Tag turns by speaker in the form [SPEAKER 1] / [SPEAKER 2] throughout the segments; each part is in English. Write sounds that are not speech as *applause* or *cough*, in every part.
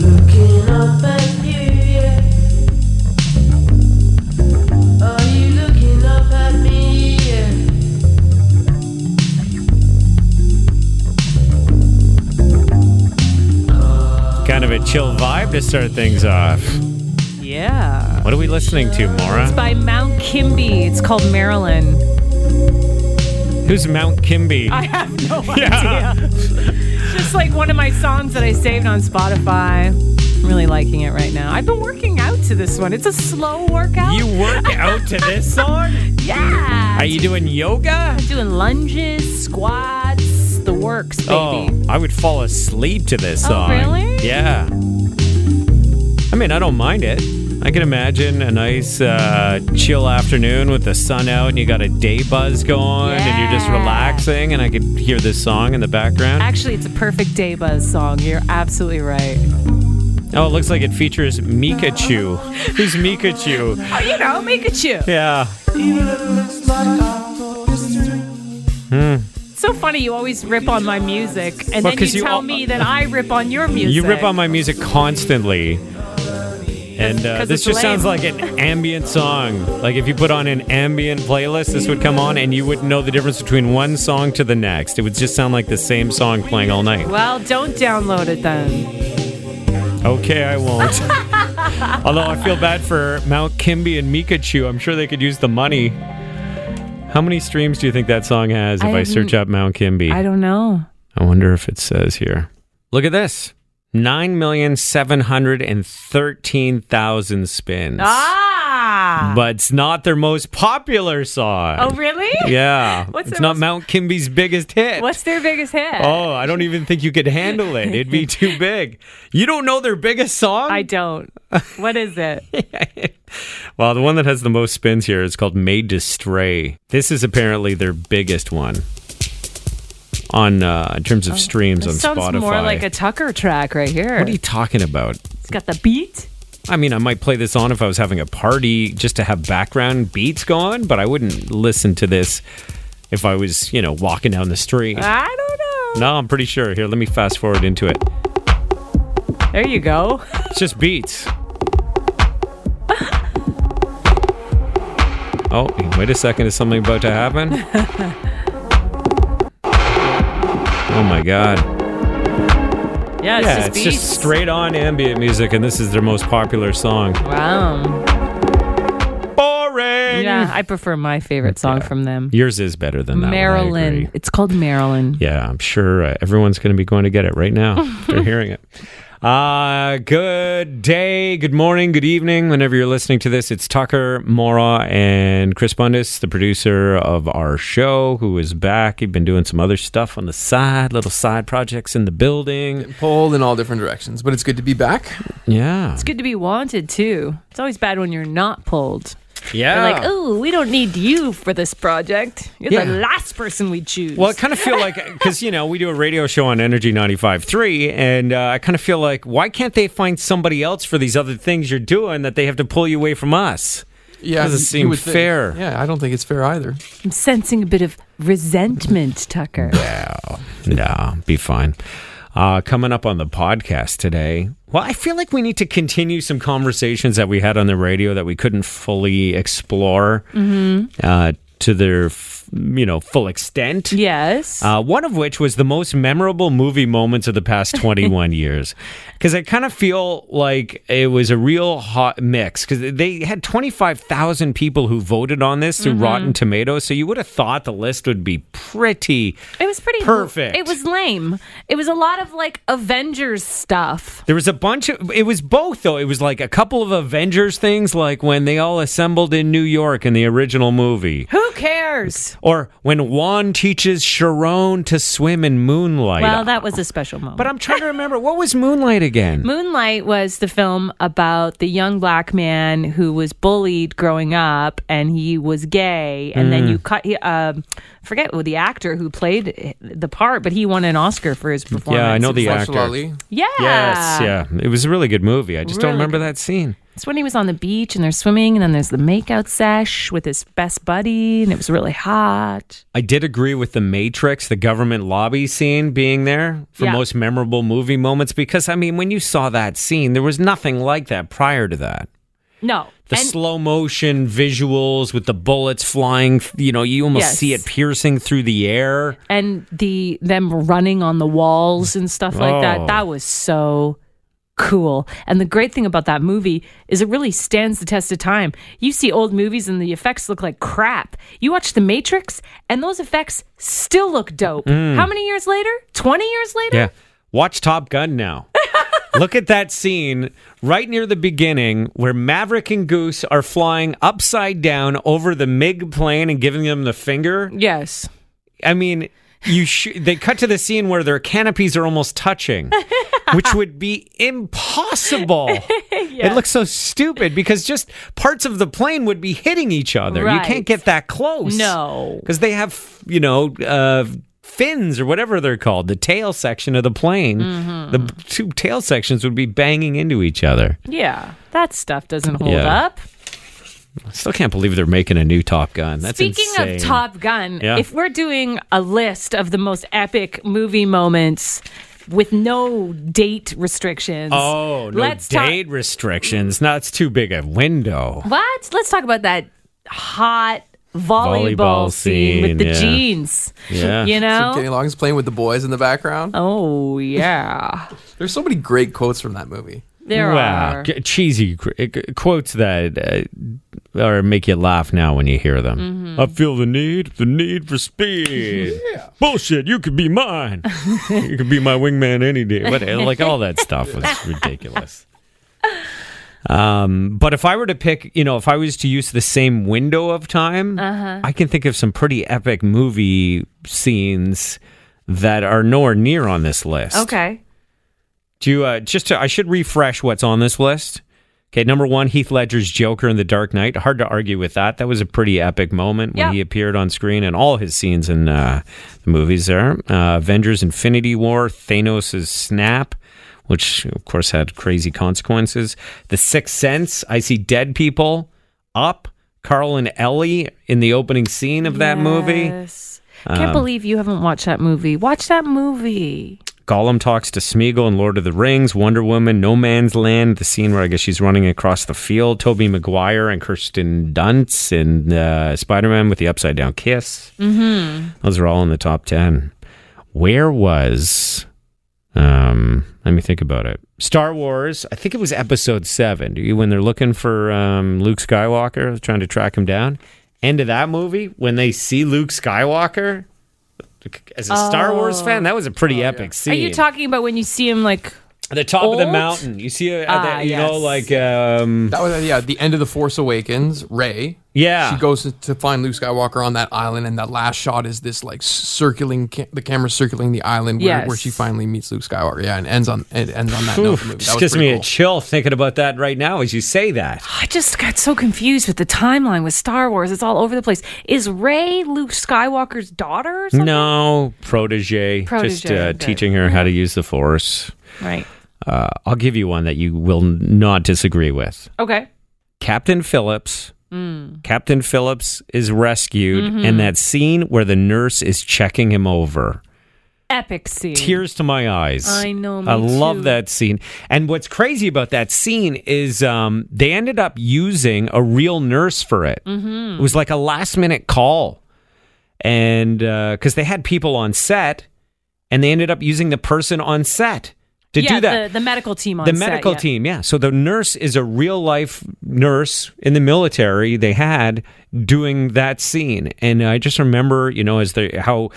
[SPEAKER 1] Looking up at you, yeah. Are you looking up at me, yeah?
[SPEAKER 2] Kind of a chill vibe to start things off.
[SPEAKER 3] Yeah.
[SPEAKER 2] What are we listening to, Mora?
[SPEAKER 3] By Mount Kimby. It's called
[SPEAKER 2] *laughs*
[SPEAKER 3] Maryland.
[SPEAKER 2] Who's Mount Kimby?
[SPEAKER 3] I have no
[SPEAKER 2] Yeah.
[SPEAKER 3] idea. Just like one of my songs that I saved on Spotify. I'm really liking it right now. I've been working out to this one. It's a slow workout.
[SPEAKER 2] you work out to this song?
[SPEAKER 3] yeah.
[SPEAKER 2] Are you doing yoga?
[SPEAKER 3] doing lunges, squats, the works, baby.
[SPEAKER 2] Oh, I would fall asleep to this
[SPEAKER 3] Oh,
[SPEAKER 2] song.
[SPEAKER 3] really?
[SPEAKER 2] Yeah. I mean, I don't mind it. I can imagine a nice uh, chill afternoon with the sun out and you got a day buzz going and you're just
[SPEAKER 3] Yeah.
[SPEAKER 2] relaxing and I could hear this song in the background.
[SPEAKER 3] Actually, it's a perfect day buzz song. You're absolutely right.
[SPEAKER 2] oh, it looks like it features Mikachu. Who's Mikachu?
[SPEAKER 3] Oh, you know, Pikachu.
[SPEAKER 2] Yeah.
[SPEAKER 3] It's so funny. You always rip on my music,
[SPEAKER 2] Well,
[SPEAKER 3] and then
[SPEAKER 2] 'cause
[SPEAKER 3] you,
[SPEAKER 2] you
[SPEAKER 3] tell
[SPEAKER 2] al-
[SPEAKER 3] me that I rip on your music.
[SPEAKER 2] You rip on my music constantly. And uh,
[SPEAKER 3] 'cause
[SPEAKER 2] this
[SPEAKER 3] it's
[SPEAKER 2] just sounds
[SPEAKER 3] lame.
[SPEAKER 2] like an ambient song. Like if you put on an ambient playlist, this would come on and you wouldn't know the difference between one song to the next. It would just sound like the same song playing all night.
[SPEAKER 3] Well, don't download it then.
[SPEAKER 2] Okay, I won't. *laughs* Although I feel bad for Mount Kimby and Mikachu. I'm sure they could use the money. How many streams do you think that song has if
[SPEAKER 3] I
[SPEAKER 2] I, search up Mount Kimby?
[SPEAKER 3] I don't know.
[SPEAKER 2] I wonder if it says here. Look at this. 9,713,000 spins.
[SPEAKER 3] Ah.
[SPEAKER 2] But it's not their most popular song.
[SPEAKER 3] oh, really?
[SPEAKER 2] Yeah.
[SPEAKER 3] *laughs* What's
[SPEAKER 2] it's
[SPEAKER 3] their
[SPEAKER 2] not
[SPEAKER 3] most-
[SPEAKER 2] Mount Kimby's biggest hit.
[SPEAKER 3] What's their biggest hit?
[SPEAKER 2] Oh, I don't even think you could handle it. It'd be
[SPEAKER 3] *laughs*
[SPEAKER 2] too big. You don't know their biggest song?
[SPEAKER 3] I don't. What is
[SPEAKER 2] *laughs*
[SPEAKER 3] it?
[SPEAKER 2] well, the one that has the most spins here is called Made to Stray. This is apparently their biggest one on uh, in terms of streams on
[SPEAKER 3] Oh, This sounds
[SPEAKER 2] Spotify.
[SPEAKER 3] more like a Tucker track right here.
[SPEAKER 2] what are you talking about?
[SPEAKER 3] it's got the beat.
[SPEAKER 2] I mean, I might play this on if I was having a party just to have background beats going, but I wouldn't listen to this if I was, you know, walking down the street.
[SPEAKER 3] I don't know.
[SPEAKER 2] No, I'm pretty sure. Here, let me fast forward into it.
[SPEAKER 3] There you go.
[SPEAKER 2] It's just
[SPEAKER 3] *laughs*
[SPEAKER 2] beats. Oh, wait a second. Is something about to happen? Oh my god.
[SPEAKER 3] Yeah, it's
[SPEAKER 2] yeah,
[SPEAKER 3] just
[SPEAKER 2] it's
[SPEAKER 3] beats.
[SPEAKER 2] just straight on ambient music, and this is their most popular song.
[SPEAKER 3] Wow.
[SPEAKER 2] Boring!
[SPEAKER 3] Yeah, I prefer my favorite song from them.
[SPEAKER 2] Yours is better than that one, I agree.
[SPEAKER 3] Maryland. It's called Maryland.
[SPEAKER 2] Yeah, I'm sure uh, everyone's going to be going to get it right
[SPEAKER 3] *laughs*
[SPEAKER 2] now. They're hearing it. Uh, good day, good morning, good evening. Whenever you're listening to this, it's Tucker, Mora, and Chris Bundis, the producer of our show, who is back. He's been doing some other stuff on the side, little side projects in the building.
[SPEAKER 4] pulled in all different directions, but it's good to be back.
[SPEAKER 2] Yeah.
[SPEAKER 3] It's good to be wanted too. It's always bad when you're not pulled.
[SPEAKER 2] Yeah.
[SPEAKER 3] They're like, oh, we don't need you for this project. You're the
[SPEAKER 2] Yeah.
[SPEAKER 3] last person we choose.
[SPEAKER 2] Well, I kind of feel like because you know we do a radio show on Energy 95.3, and uh, I kind of feel like why can't they find somebody else for these other things you're doing that they have to pull you away from us?
[SPEAKER 4] Yeah,
[SPEAKER 2] Doesn't
[SPEAKER 4] you- you
[SPEAKER 2] seem
[SPEAKER 4] would think.
[SPEAKER 2] fair.
[SPEAKER 4] Yeah, I don't think it's fair either.
[SPEAKER 3] I'm sensing a bit of
[SPEAKER 2] *laughs*
[SPEAKER 3] resentment, Tucker.
[SPEAKER 2] No, be fine. Uh, coming up on the podcast today. Well, I feel like we need to continue some conversations that we had on the radio that we couldn't fully explore uh, to their, f- you know, full extent.
[SPEAKER 3] yes.
[SPEAKER 2] Uh, one of which was the most memorable movie moments of the past
[SPEAKER 3] *laughs*
[SPEAKER 2] 21 years. Because I kind of feel like it was a real hot mix. Because they had 25,000 people who voted on this
[SPEAKER 3] Mm-hmm.
[SPEAKER 2] through Rotten Tomatoes. So you would have thought the list would be pretty.
[SPEAKER 3] it was pretty
[SPEAKER 2] perfect.
[SPEAKER 3] It was lame. It was a lot of like Avengers stuff.
[SPEAKER 2] There was a bunch of. It was both, though. It was like a couple of Avengers things, like when they all assembled in New York in the original movie.
[SPEAKER 3] Who cares?
[SPEAKER 2] Or when Juan teaches Sharon to swim in moonlight.
[SPEAKER 3] Well, that was a special moment.
[SPEAKER 2] But um, I'm trying to remember what was Moonlight again?
[SPEAKER 3] Moonlight was the film about the young black man who was bullied growing up, and he was gay. And
[SPEAKER 2] Mm.
[SPEAKER 3] then you cut. he, Um, I forget who the actor who played the part, but he won an Oscar for his performance.
[SPEAKER 2] yeah, I know the
[SPEAKER 4] Mahershala
[SPEAKER 2] actor.
[SPEAKER 4] Ali.
[SPEAKER 3] Yeah.
[SPEAKER 2] Yes, yeah. It was a really good movie. I just don't
[SPEAKER 3] Really
[SPEAKER 2] remember
[SPEAKER 3] good.
[SPEAKER 2] that scene.
[SPEAKER 3] It's when he was on the beach and they're swimming, and then there's the makeout sesh with his best buddy, and it was really hot.
[SPEAKER 2] I did agree with the Matrix, the government lobby scene being there for
[SPEAKER 3] Yeah.
[SPEAKER 2] most memorable movie moments because I mean, when you saw that scene, there was nothing like that prior to that.
[SPEAKER 3] No.
[SPEAKER 2] The
[SPEAKER 3] and-
[SPEAKER 2] slow motion visuals with the bullets flying, you know, you almost
[SPEAKER 3] Yes.
[SPEAKER 2] see it piercing through the air.
[SPEAKER 3] and the them running on the walls and stuff like
[SPEAKER 2] Oh.
[SPEAKER 3] that that was so cool and the great thing about that movie is it really stands the test of time you see old movies and the effects look like crap you watch the matrix and those effects still look dope how many years later 20 years later
[SPEAKER 2] Mm. Yeah. Watch Top Gun
[SPEAKER 3] *laughs*
[SPEAKER 2] now. Look at that scene right near the beginning where Maverick and Goose are flying upside down over the MiG plane and giving them the finger.
[SPEAKER 3] yes
[SPEAKER 2] I mean, you sh- they cut to the scene where their canopies are almost
[SPEAKER 3] *laughs*
[SPEAKER 2] touching, which would be impossible. It looks so stupid because just parts of the plane would be hitting each other. You
[SPEAKER 3] Right.
[SPEAKER 2] can't get that close.
[SPEAKER 3] No.
[SPEAKER 2] Because they have, you know, uh, fins or whatever they're called, the tail section of the plane.
[SPEAKER 3] Mm-hmm.
[SPEAKER 2] The b- two tail sections would be banging into each other.
[SPEAKER 3] yeah that stuff doesn't hold
[SPEAKER 2] Yeah.
[SPEAKER 3] up
[SPEAKER 2] I still can't believe they're making a new Top Gun. That's
[SPEAKER 3] Speaking
[SPEAKER 2] insane.
[SPEAKER 3] of Top Gun,
[SPEAKER 2] Yeah.
[SPEAKER 3] if we're doing a list of the most epic movie moments with no date restrictions,
[SPEAKER 2] Oh, no
[SPEAKER 3] let's talk-
[SPEAKER 2] date restrictions. No, it's too big a window.
[SPEAKER 3] what? Let's talk about that hot volleyball,
[SPEAKER 2] Volleyball
[SPEAKER 3] scene, with the
[SPEAKER 2] scene, yeah.
[SPEAKER 3] jeans.
[SPEAKER 2] Yeah.
[SPEAKER 3] you
[SPEAKER 4] Kenny
[SPEAKER 3] know.
[SPEAKER 4] Loggins playing with the boys in the background.
[SPEAKER 3] Oh yeah,
[SPEAKER 4] There's so many great quotes from that movie.
[SPEAKER 3] there
[SPEAKER 2] wow.
[SPEAKER 3] are.
[SPEAKER 2] G- cheesy qu- uh, quotes that uh, are make you laugh now when you hear them.
[SPEAKER 3] Mm-hmm.
[SPEAKER 2] I feel the need, the need for
[SPEAKER 3] *laughs*
[SPEAKER 2] speed. Bullshit, you could be mine. you could be my wingman any day. But uh, like all that stuff
[SPEAKER 3] *laughs*
[SPEAKER 2] was ridiculous. Um, but if I were to pick, you know, if I was to use the same window of time,
[SPEAKER 3] Uh-huh.
[SPEAKER 2] I can think of some pretty epic movie scenes that are nowhere near on this list.
[SPEAKER 3] Okay.
[SPEAKER 2] Do you, uh, just to, I should refresh what's on this list. Okay, number one, Heath Ledger's Joker in The Dark Knight. Hard to argue with that. That was a pretty epic moment when
[SPEAKER 3] Yeah.
[SPEAKER 2] he appeared on screen and all his scenes in uh, the movies there. Uh, Avengers Infinity War, Thanos' Snap, which of course had crazy consequences. The Sixth Sense, I See Dead People, Up, Carl and Ellie in the opening scene of that movie. Um,
[SPEAKER 3] Yes. Can't believe you haven't watched that movie. Watch that movie.
[SPEAKER 2] Gollum talks to Smeagol in Lord of the Rings, Wonder Woman, No Man's Land, the scene where I guess she's running across the field, Toby Maguire and Kirsten Dunst and uh, Spider Man with the upside down kiss.
[SPEAKER 3] Mm.
[SPEAKER 2] Mm-hmm. Those are all in the top 10. Where was. Um, let me think about it. Star Wars, I think it was episode seven. Do you- When they're looking for um, Luke Skywalker, trying to track him down. End of that movie, when they see Luke Skywalker, as a Star Wars fan, that was a pretty epic scene
[SPEAKER 3] Oh. Are you talking about when you see him like?
[SPEAKER 2] the top of the
[SPEAKER 3] Old?
[SPEAKER 2] mountain. You see, uh,
[SPEAKER 3] Ah,
[SPEAKER 2] the- you know,
[SPEAKER 3] yes.
[SPEAKER 2] like um,
[SPEAKER 4] That was uh, yeah, the end of the Force Awakens. Ray.
[SPEAKER 2] Yeah.
[SPEAKER 4] She goes to- to find Luke Skywalker on that island, and that last shot is this like circling ca- the camera circling the island where,
[SPEAKER 3] Yes.
[SPEAKER 4] where she finally meets Luke Skywalker. Yeah, and ends on it ends on that note. of the movie. That
[SPEAKER 2] just
[SPEAKER 4] was
[SPEAKER 2] gives
[SPEAKER 4] pretty
[SPEAKER 2] me a
[SPEAKER 4] cool.
[SPEAKER 2] chill thinking about that right now as you say that.
[SPEAKER 3] I just got so confused with the timeline with Star Wars. It's all over the place. Is Ray Luke Skywalker's daughter? Or something?
[SPEAKER 2] No, protege, just
[SPEAKER 3] Protege,
[SPEAKER 2] uh,
[SPEAKER 3] okay.
[SPEAKER 2] teaching her how to use the force.
[SPEAKER 3] Right.
[SPEAKER 2] Uh, I'll give you one that you will n- not disagree with.
[SPEAKER 3] Okay.
[SPEAKER 2] Captain Phillips.
[SPEAKER 4] Hmm.
[SPEAKER 2] Captain Phillips is rescued,
[SPEAKER 4] Mm-hmm.
[SPEAKER 2] and that scene where the nurse is checking him over.
[SPEAKER 3] Epic scene.
[SPEAKER 2] tears to my eyes.
[SPEAKER 3] I know, me
[SPEAKER 2] I love
[SPEAKER 3] too.
[SPEAKER 2] that scene. And what's crazy about that scene is um, they ended up using a real nurse for it.
[SPEAKER 3] Mm-hmm.
[SPEAKER 2] It was like a last minute call, and because they had people on set, and they ended up using the person on set to
[SPEAKER 3] yeah,
[SPEAKER 2] do that.
[SPEAKER 3] The, the medical team on
[SPEAKER 2] The
[SPEAKER 3] set,
[SPEAKER 2] medical
[SPEAKER 3] yeah.
[SPEAKER 2] team, yeah. So the nurse is a real life nurse in the military they had doing that scene. And I just remember, you know, as the how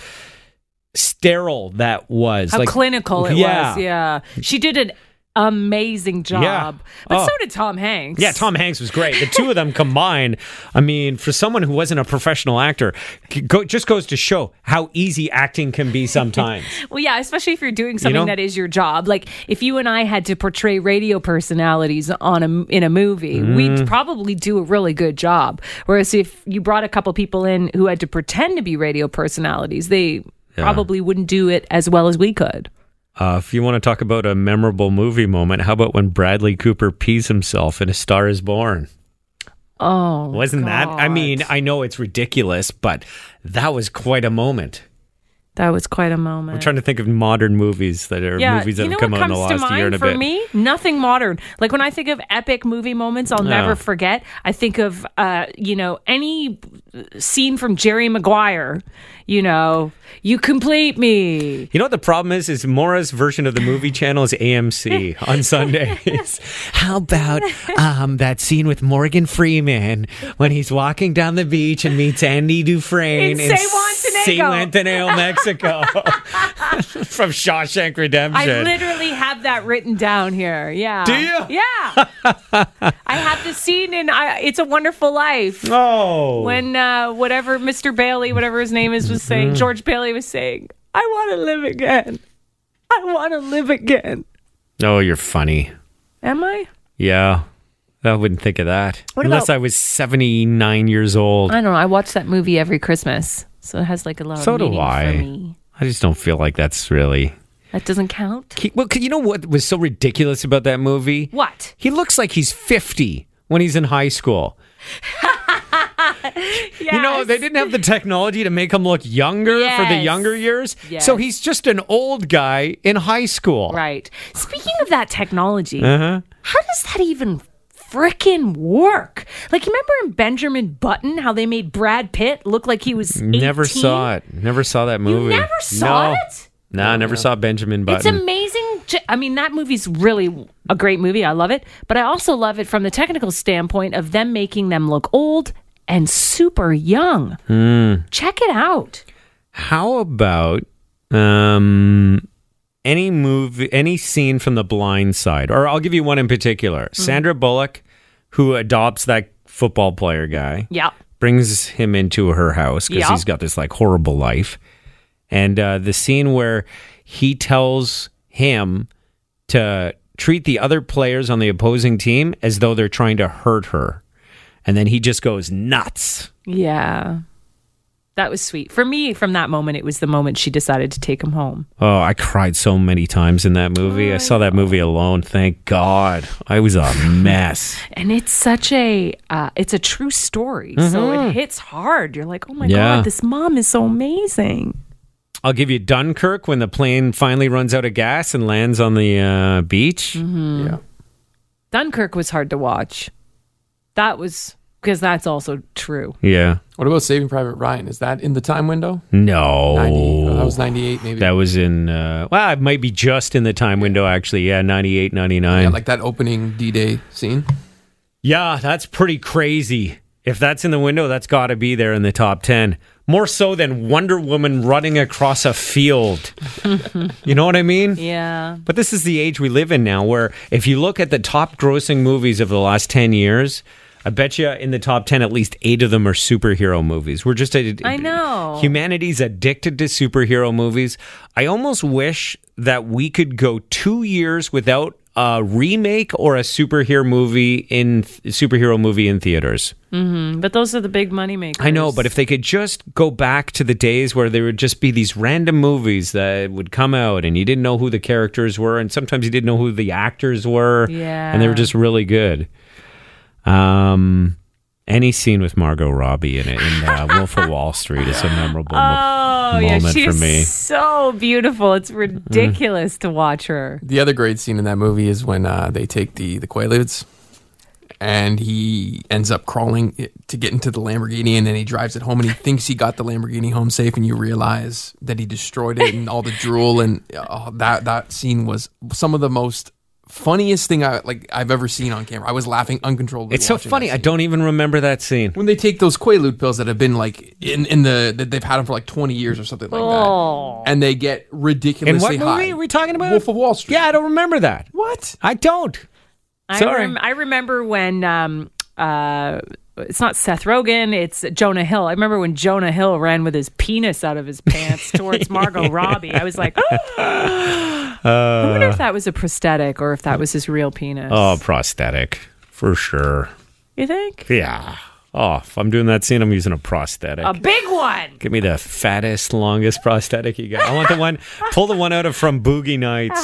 [SPEAKER 2] sterile that was.
[SPEAKER 3] How
[SPEAKER 2] like,
[SPEAKER 3] clinical it
[SPEAKER 2] Yeah.
[SPEAKER 3] was. Yeah. She did an amazing job. But
[SPEAKER 2] Oh.
[SPEAKER 3] so did Tom Hanks.
[SPEAKER 2] Yeah, Tom Hanks was great. The two of
[SPEAKER 3] *laughs*
[SPEAKER 2] them combined, I mean, for someone who wasn't a professional actor, c- go, just goes to show how easy acting can be
[SPEAKER 3] *laughs*
[SPEAKER 2] sometimes.
[SPEAKER 3] Well, yeah, especially if you're doing something
[SPEAKER 2] know?
[SPEAKER 3] that is your job. Like if you and I had to portray radio personalities on a in a movie,
[SPEAKER 2] Mm.
[SPEAKER 3] we'd probably do a really good job. Whereas if you brought a couple people in who had to pretend to be radio personalities, they probably wouldn't do it as well as we could.
[SPEAKER 2] Uh, if you want to talk about a memorable movie moment, how about when Bradley Cooper pees himself in A Star Is Born?
[SPEAKER 3] Oh,
[SPEAKER 2] Wasn't that? I
[SPEAKER 3] God.
[SPEAKER 2] mean, I know it's ridiculous, but that was quite a moment.
[SPEAKER 3] that was quite a moment.
[SPEAKER 2] I'm trying to think of modern movies that are movies that
[SPEAKER 3] you know
[SPEAKER 2] have come
[SPEAKER 3] what
[SPEAKER 2] out in
[SPEAKER 3] comes
[SPEAKER 2] the
[SPEAKER 3] to
[SPEAKER 2] last
[SPEAKER 3] mind
[SPEAKER 2] year and a
[SPEAKER 3] for
[SPEAKER 2] bit.
[SPEAKER 3] me? Nothing modern. Like when I think of epic movie moments, I'll
[SPEAKER 2] Yeah.
[SPEAKER 3] never forget. I think of uh, you know any scene from Jerry Maguire. You know, you complete me.
[SPEAKER 2] You know what the problem is? Is Mora's version of the movie channel is
[SPEAKER 3] *laughs*
[SPEAKER 2] AMC on Sundays. How about um, that scene with Morgan Freeman when he's walking down the beach and meets Andy Dufresne
[SPEAKER 3] In San Juan
[SPEAKER 2] San Juan,
[SPEAKER 3] *laughs*
[SPEAKER 2] Mexico, *laughs* from Shawshank
[SPEAKER 3] I
[SPEAKER 2] Redemption.
[SPEAKER 3] literally have that written down here. Yeah.
[SPEAKER 2] Do you?
[SPEAKER 3] Yeah.
[SPEAKER 2] *laughs*
[SPEAKER 3] I have the scene in I, It's a Wonderful Life.
[SPEAKER 2] oh,
[SPEAKER 3] when uh, whatever Mr. Bailey, whatever his name is, was
[SPEAKER 2] Mm-hmm.
[SPEAKER 3] saying, George Bailey was saying, I want to live again. I want to live again.
[SPEAKER 2] oh, you're funny.
[SPEAKER 3] Am I?
[SPEAKER 2] Yeah, I wouldn't think of that
[SPEAKER 3] What
[SPEAKER 2] unless
[SPEAKER 3] about- Uh,
[SPEAKER 2] I was 79 years old.
[SPEAKER 3] I don't know. I watch that movie every Christmas, so it has like a lot
[SPEAKER 2] So
[SPEAKER 3] of
[SPEAKER 2] do
[SPEAKER 3] meaning
[SPEAKER 2] I.
[SPEAKER 3] for me.
[SPEAKER 2] I just don't feel like that's really.
[SPEAKER 3] That doesn't count.
[SPEAKER 2] He, well, 'cause you know what was so ridiculous about that movie?
[SPEAKER 3] What?
[SPEAKER 2] He looks like he's 50 when he's in high
[SPEAKER 3] *laughs*
[SPEAKER 2] school.
[SPEAKER 3] Yes.
[SPEAKER 2] You know, they didn't have the technology to make him look younger for the
[SPEAKER 3] Yes.
[SPEAKER 2] younger years.
[SPEAKER 3] Yes.
[SPEAKER 2] So he's just an old guy in high school.
[SPEAKER 3] Right. Speaking of that technology,
[SPEAKER 2] Uh-huh.
[SPEAKER 3] how does that even frickin' work? Like, you remember in Benjamin Button how they made Brad Pitt look like he was
[SPEAKER 2] Never
[SPEAKER 3] 18?
[SPEAKER 2] saw it. Never saw that movie.
[SPEAKER 3] never saw
[SPEAKER 2] no.
[SPEAKER 3] it?
[SPEAKER 2] Nah, never saw Benjamin Button.
[SPEAKER 3] It's amazing. j- I mean, that movie's really a great movie. I love it. But I also love it from the technical standpoint of them making them look old and super young.
[SPEAKER 2] Hmm.
[SPEAKER 3] Check it out.
[SPEAKER 2] How about um, any movie, any scene from The Blind Side? Or I'll give you one in particular. Sandra Bullock, who adopts that football player guy.
[SPEAKER 3] Yeah.
[SPEAKER 2] brings him into her house because
[SPEAKER 3] Yeah.
[SPEAKER 2] he's got this like horrible life. And uh, the scene where he tells him to treat the other players on the opposing team as though they're trying to hurt her. And then he just goes nuts.
[SPEAKER 3] Yeah. That was sweet. For me, from that moment, it was the moment she decided to take him home.
[SPEAKER 2] Oh, I cried so many times in that movie. I saw that movie alone. Thank God. I was a mess.
[SPEAKER 3] And it's such a, uh, it's a true story. So it hits hard. You're like, oh my
[SPEAKER 2] Mm-hmm. Yeah.
[SPEAKER 3] God, this mom is so amazing.
[SPEAKER 2] I'll give you Dunkirk when the plane finally runs out of gas and lands on the uh, beach.
[SPEAKER 3] Dunkirk was hard to watch. That was, because that's also true.
[SPEAKER 2] Yeah.
[SPEAKER 4] What about Saving Private Ryan? Is that in the time window?
[SPEAKER 2] No.
[SPEAKER 4] 90, that was 98 maybe.
[SPEAKER 2] Oh. That was in, uh, well, it might be just in the time window, actually. Yeah, 98, 99.
[SPEAKER 4] yeah,
[SPEAKER 2] Yeah,
[SPEAKER 4] like that opening D-Day scene.
[SPEAKER 2] that's pretty crazy. If that's in the window, that's got to be there in the top 10. More so than Wonder Woman running across a field. you know what I mean?
[SPEAKER 3] Yeah.
[SPEAKER 2] But this is the age we live in now where if you look at the top grossing movies of the last 10 years, I bet you in the top 10, at least eight of them are superhero movies. We're just, a,
[SPEAKER 3] I know.
[SPEAKER 2] Humanity's addicted to superhero movies. I almost wish that we could go two years without a remake or a superhero movie in superhero movie in theaters.
[SPEAKER 3] Mm, But those are the big money makers.
[SPEAKER 2] I know, but if they could just go back to the days where there would just be these random movies that would come out and you didn't know who the characters were, and sometimes you didn't know who the actors were.
[SPEAKER 3] Yeah.
[SPEAKER 2] And they were just really good. Um, any scene with Margot Robbie in it in uh, Wolf of Wall Street is a memorable mo-
[SPEAKER 3] Oh yeah,
[SPEAKER 2] moment
[SPEAKER 3] she's
[SPEAKER 2] for me.
[SPEAKER 3] so beautiful. It's ridiculous to watch her.
[SPEAKER 4] The other great scene in that movie is when uh, they take the the Quaaludes, and he ends up crawling i- to get into the Lamborghini, and then he drives
[SPEAKER 2] *laughs*
[SPEAKER 4] it home, and he thinks he got the Lamborghini home safe, and you realize that he destroyed it, and all the drool, and uh, that that scene was some of the most funniest thing I like I've ever seen on camera. I was laughing uncontrollably.
[SPEAKER 2] It's so
[SPEAKER 4] watching
[SPEAKER 2] funny.
[SPEAKER 4] that
[SPEAKER 2] I
[SPEAKER 4] scene.
[SPEAKER 2] don't even remember that scene.
[SPEAKER 4] when they take those Quaalude pills that have been like in, in the that they've had them for like twenty years or something like
[SPEAKER 3] Oh.
[SPEAKER 4] that, and they get
[SPEAKER 2] And
[SPEAKER 4] ridiculously
[SPEAKER 2] what
[SPEAKER 4] high.
[SPEAKER 2] movie are we talking about?
[SPEAKER 4] Wolf of Wall Street.
[SPEAKER 2] Yeah, I don't remember that.
[SPEAKER 4] What?
[SPEAKER 2] I don't.
[SPEAKER 3] I,
[SPEAKER 2] Sorry.
[SPEAKER 3] I remember when um, uh, it's not Seth Rogen, it's Jonah Hill. I remember when Jonah Hill ran with his penis out of
[SPEAKER 2] *laughs*
[SPEAKER 3] his pants towards Margot Robbie. I was like, *gasps*
[SPEAKER 2] Uh,
[SPEAKER 3] I wonder if that was a prosthetic or if that was his real penis.
[SPEAKER 2] Oh, prosthetic for sure.
[SPEAKER 3] You think?
[SPEAKER 2] Yeah. Oh, if I'm doing that scene, I'm using a prosthetic.
[SPEAKER 3] A big one. *laughs*
[SPEAKER 2] Give me the fattest, longest prosthetic you got. I want the one. Pull the one out of from Boogie Nights.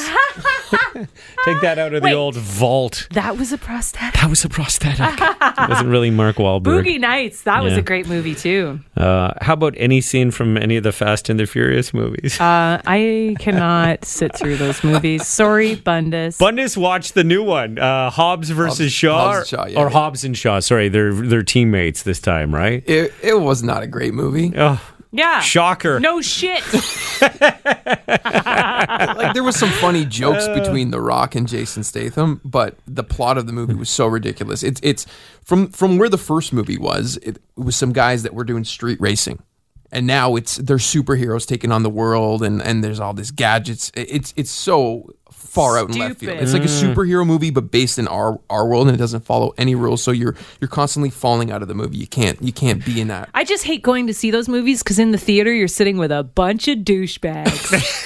[SPEAKER 2] Take that out of
[SPEAKER 3] Wait.
[SPEAKER 2] the old vault.
[SPEAKER 3] That was a prosthetic.
[SPEAKER 2] That was a prosthetic. it wasn't really Mark Wahlberg.
[SPEAKER 3] Boogie Nights. That was
[SPEAKER 2] Yeah.
[SPEAKER 3] a great movie too.
[SPEAKER 2] Uh, how about any scene from any of the Fast and the Furious movies?
[SPEAKER 3] Uh, I cannot sit through those movies. Sorry, Bundes.
[SPEAKER 2] Bundus watched the new one, uh, Hobbs versus
[SPEAKER 4] Hobbs-
[SPEAKER 2] Shaw,
[SPEAKER 4] Hobbs and Shaw, yeah,
[SPEAKER 2] or
[SPEAKER 4] yeah.
[SPEAKER 2] Hobbs and Shaw. Sorry, they're they're teammates this time, right?
[SPEAKER 4] It, it was not a great movie.
[SPEAKER 2] Oh,
[SPEAKER 3] yeah.
[SPEAKER 2] shocker!
[SPEAKER 3] No shit.
[SPEAKER 4] like there was some funny jokes between The Rock and Jason Statham, but the plot of the movie was so ridiculous. It's it's from from where the first movie was. It, it was some guys that were doing street racing, and now it's they're superheroes taking on the world, and and there's all these gadgets. It- it's it's so far out in left field.
[SPEAKER 3] Stupid.
[SPEAKER 4] It's like a superhero movie, but based in our our world, and it doesn't follow any rules. So you're you're constantly falling out of the movie. You can't you can't be in that.
[SPEAKER 3] I just hate going to see those movies because in the theater you're sitting with a bunch of
[SPEAKER 2] *laughs*
[SPEAKER 3] douchebags.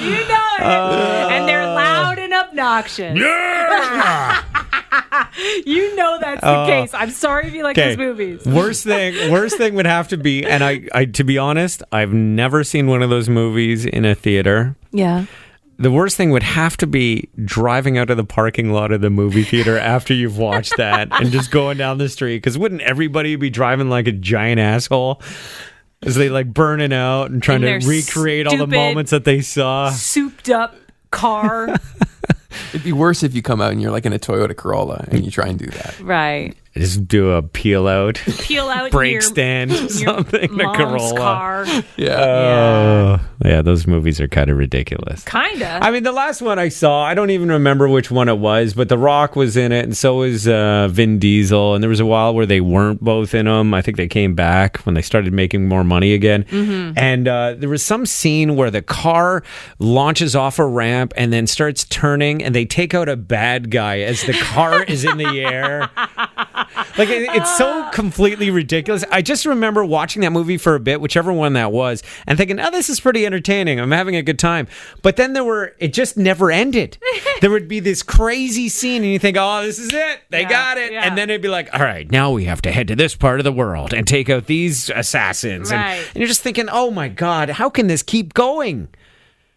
[SPEAKER 3] you know it. and they're
[SPEAKER 2] Uh.
[SPEAKER 3] loud and obnoxious. *laughs* you know that's the
[SPEAKER 2] Uh.
[SPEAKER 3] case. I'm sorry if you like those movies.
[SPEAKER 2] worst thing, worst thing would have to be, and I, I, to be honest, I've never seen one of those movies in a theater.
[SPEAKER 3] Yeah.
[SPEAKER 2] The worst thing would have to be driving out of the parking lot of the movie theater after you've watched that and just going down the street. Because wouldn't everybody be driving like a giant asshole as they like burning out and trying to
[SPEAKER 3] In their
[SPEAKER 2] recreate all the
[SPEAKER 3] stupid-
[SPEAKER 2] moments that they saw?
[SPEAKER 3] Souped up
[SPEAKER 2] *laughs*
[SPEAKER 3] car.
[SPEAKER 4] It'd be worse if you come out and you're like in a Toyota Corolla and you try and do that.
[SPEAKER 3] right.
[SPEAKER 2] Just do a peel out,
[SPEAKER 3] Peel out
[SPEAKER 2] brake
[SPEAKER 3] *laughs* your,
[SPEAKER 2] stand,
[SPEAKER 3] your
[SPEAKER 2] something, a
[SPEAKER 3] mom's
[SPEAKER 2] Corolla.
[SPEAKER 3] car.
[SPEAKER 4] Yeah.
[SPEAKER 2] Oh, yeah, those movies are kind of ridiculous.
[SPEAKER 3] Kinda.
[SPEAKER 2] I mean, the last one I saw, I don't even remember which one it was, but The Rock was in it, and so was uh, Vin Diesel. And there was a while where they weren't both in them. I think they came back when they started making more money again. And uh, there was some scene where the car launches off a ramp and then starts turning, and they take out a bad guy as the car is in the air. Like it, it's
[SPEAKER 3] Uh.
[SPEAKER 2] so completely ridiculous. I just remember watching that movie for a bit, whichever one that was, and thinking, "Oh, this is pretty entertaining. I'm having a good time." But then there were it just never
[SPEAKER 3] *laughs*
[SPEAKER 2] ended. there would be this crazy scene, and you think, "Oh, this is it. They
[SPEAKER 3] Yeah,
[SPEAKER 2] got it."
[SPEAKER 3] yeah.
[SPEAKER 2] And then it'd be like, "All right, now we have to head to this part of the world and take out these assassins." And-
[SPEAKER 3] Right.
[SPEAKER 2] And, you're just thinking, "Oh my god, how can this keep going?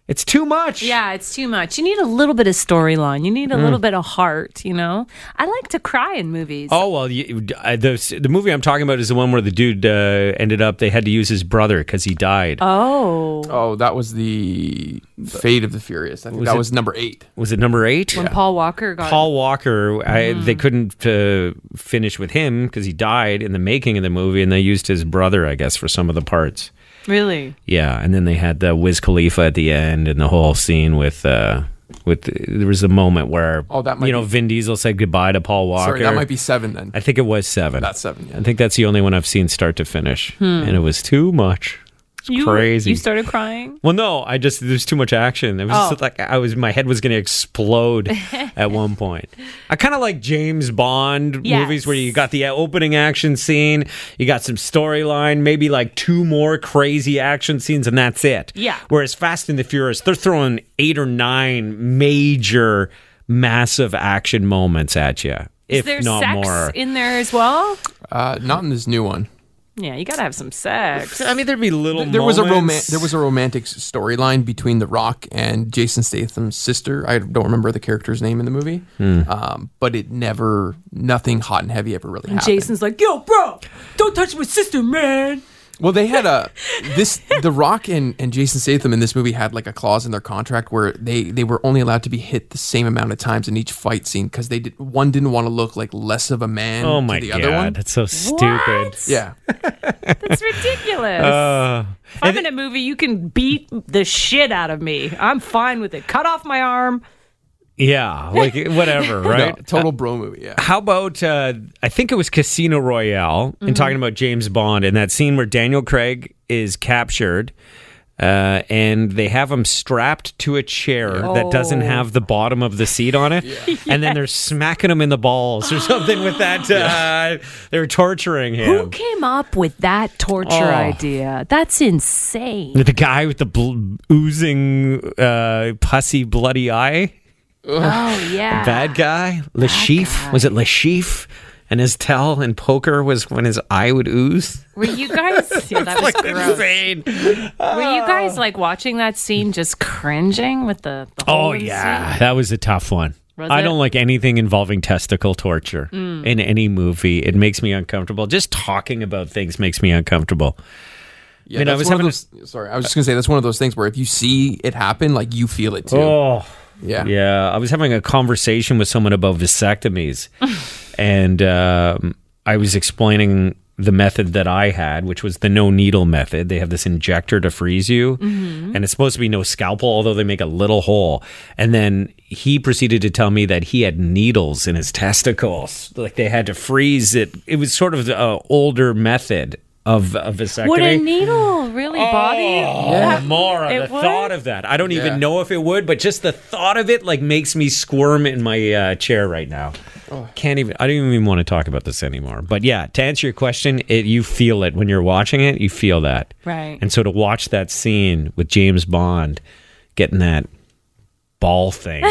[SPEAKER 2] It's too much." Mm.
[SPEAKER 3] Yeah, it's too much. You need a little bit of storyline. You need a little bit of heart, you know? I like to cry in movies.
[SPEAKER 2] Oh well, you, uh, the the movie I'm talking about is the one where the dude uh, ended up. They had to use his brother because he died.
[SPEAKER 3] Oh.
[SPEAKER 4] Oh, that was the Fate of the Furious. I think that
[SPEAKER 2] it-
[SPEAKER 4] was number eight.
[SPEAKER 2] was it number eight?
[SPEAKER 3] When Paul Walker got
[SPEAKER 2] Paul Walker, I,
[SPEAKER 4] Mm-hmm.
[SPEAKER 2] they couldn't uh, finish with him because he died in the making of the movie, and they used his brother, I guess, for some of the parts.
[SPEAKER 3] Really?
[SPEAKER 2] Yeah, and then they had the Wiz Khalifa at the end, and the whole scene with uh, with there was a moment where
[SPEAKER 4] Oh, that might
[SPEAKER 2] you know
[SPEAKER 4] be-
[SPEAKER 2] Vin Diesel said goodbye to Paul Walker.
[SPEAKER 4] Sorry, that might be seven then.
[SPEAKER 2] I think it was seven.
[SPEAKER 4] That's seven, yeah. Hmm.
[SPEAKER 2] I think that's the only one I've seen start to finish, and it was too much. It's
[SPEAKER 3] You,
[SPEAKER 2] crazy.
[SPEAKER 3] You started crying?
[SPEAKER 2] Well, no, I just there's too much action. It was just
[SPEAKER 3] Oh.
[SPEAKER 2] like I was, my head was going to explode
[SPEAKER 3] *laughs*
[SPEAKER 2] at one point. I kind of like James Bond
[SPEAKER 3] Yes.
[SPEAKER 2] movies where you got the uh, opening action scene, you got some storyline, maybe like two more crazy action scenes, and that's it.
[SPEAKER 3] Yeah.
[SPEAKER 2] Whereas Fast and the Furious, they're throwing eight or nine major, massive action moments at you, if
[SPEAKER 3] Is there
[SPEAKER 2] not
[SPEAKER 3] sex
[SPEAKER 2] more.
[SPEAKER 3] in there as well?
[SPEAKER 4] Uh, not in this new one.
[SPEAKER 3] Yeah, you got to have some sex.
[SPEAKER 2] I mean, there'd be little.
[SPEAKER 4] There was a roman-
[SPEAKER 2] moments.
[SPEAKER 4] There was a romantic s- storyline between The Rock and Jason Statham's sister. I don't remember the character's name in the movie,
[SPEAKER 2] Hmm.
[SPEAKER 4] um, but it never, nothing hot and heavy ever really happened.
[SPEAKER 3] Jason's like, yo, bro, don't touch my sister, man.
[SPEAKER 4] Well, they had a this The Rock and, and Jason Statham in this movie had like a clause in their contract where they they were only allowed to be hit the same amount of times in each fight scene because they did one didn't want to look like less of a man.
[SPEAKER 2] Oh
[SPEAKER 4] to
[SPEAKER 2] my
[SPEAKER 4] the
[SPEAKER 2] god,
[SPEAKER 4] other one.
[SPEAKER 2] that's so stupid. Uh,
[SPEAKER 3] What?
[SPEAKER 4] Yeah,
[SPEAKER 3] That's ridiculous. if I'm in a movie, you can beat the shit out of me. I'm fine with it. Cut off my arm.
[SPEAKER 2] Yeah, like *laughs* whatever, right?
[SPEAKER 4] No, total bro movie. Yeah,
[SPEAKER 2] How about uh, I think it was Casino Royale and talking about James Bond and that scene where Daniel Craig is captured uh, and they have him strapped to a chair that doesn't have the bottom of the seat on it, and then they're smacking him in the balls or something with that. Uh, They're torturing
[SPEAKER 3] Who
[SPEAKER 2] him.
[SPEAKER 3] came up with that torture
[SPEAKER 2] Oh.
[SPEAKER 3] idea? That's
[SPEAKER 2] *laughs*
[SPEAKER 3] insane.
[SPEAKER 2] the guy with the bl- oozing, uh, pussy, bloody eye.
[SPEAKER 3] Oh yeah.
[SPEAKER 2] bad guy, Lashif. Was it Lashif? And his tell in poker was when his eye would ooze. *laughs*
[SPEAKER 3] Were you guys? Yeah, that was gross.
[SPEAKER 2] Insane.
[SPEAKER 3] Were you guys like watching that scene, just cringing with the? the hole
[SPEAKER 2] Oh
[SPEAKER 3] in the
[SPEAKER 2] yeah, that was a tough one.
[SPEAKER 3] Was
[SPEAKER 2] I
[SPEAKER 3] it?
[SPEAKER 2] don't like anything involving testicle torture in any movie. It makes me uncomfortable. Just talking about things makes me uncomfortable.
[SPEAKER 4] yeah.
[SPEAKER 2] mean, I
[SPEAKER 4] that's
[SPEAKER 2] was
[SPEAKER 4] one of
[SPEAKER 2] having
[SPEAKER 4] those- sorry, I was just gonna say that's one of those things where if you see it happen, like you feel it too.
[SPEAKER 2] Oh.
[SPEAKER 4] yeah,
[SPEAKER 2] Yeah, I was having a conversation with someone about vasectomies, and um, I was explaining the method that I had, which was the no needle method. They have this injector to freeze you, and it's supposed to be no scalpel, although they make a little hole. And then he proceeded to tell me that he had needles in his testicles, like they had to freeze it. It was sort of the uh, older method of a vasectomy.
[SPEAKER 3] Would a needle really bother you?
[SPEAKER 2] Oh, Mara,
[SPEAKER 3] It
[SPEAKER 2] the
[SPEAKER 3] would?
[SPEAKER 2] thought of that. I don't
[SPEAKER 4] Yeah.
[SPEAKER 2] even know if it would, but just the thought of it like makes me squirm in my uh, chair right now. Can't even. I don't even want to talk about this anymore. But yeah, to answer your question, it you feel it when you're watching it. You feel that,
[SPEAKER 3] Right.
[SPEAKER 2] And so to watch that scene with James Bond getting that ball
[SPEAKER 3] *laughs*
[SPEAKER 2] thing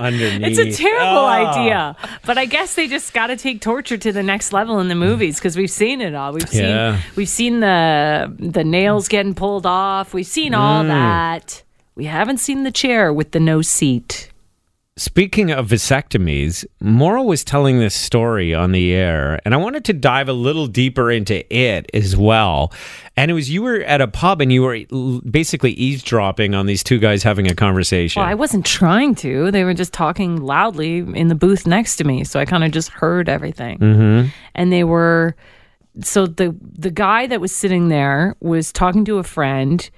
[SPEAKER 2] underneath.
[SPEAKER 3] It's a terrible
[SPEAKER 2] Ah.
[SPEAKER 3] idea, but I guess they just got to take torture to the next level in the movies because we've seen it all. We've seen
[SPEAKER 2] Yeah.
[SPEAKER 3] we've seen the the nails getting pulled off. We've seen
[SPEAKER 2] Mm.
[SPEAKER 3] all that. We haven't seen the chair with the no seat.
[SPEAKER 2] Speaking of vasectomies, Morrow was telling this story on the air, and I wanted to dive a little deeper into it as well. And it was you were at a pub and you were l- basically eavesdropping on these two guys having a conversation.
[SPEAKER 3] Well, I wasn't trying to. They were just talking loudly in the booth next to me, so I kind of just heard everything. And they were so the the guy that was sitting there was talking to a friend,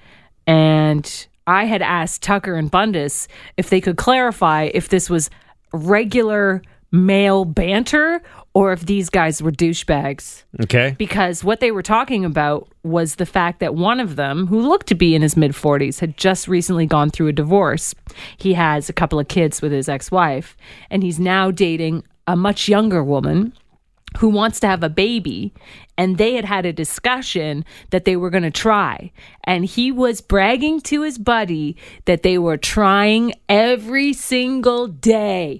[SPEAKER 3] and I had asked Tucker and Bundus if they could clarify if this was regular male banter or if these guys were douchebags
[SPEAKER 2] okay.
[SPEAKER 3] because what they were talking about was the fact that one of them, who looked to be in his mid 40s, had just recently gone through a divorce. He has a couple of kids with his ex wife, and he's now dating a much younger woman who wants to have a baby and they had had a discussion that they were going to try and he was bragging to his buddy that they were trying every single day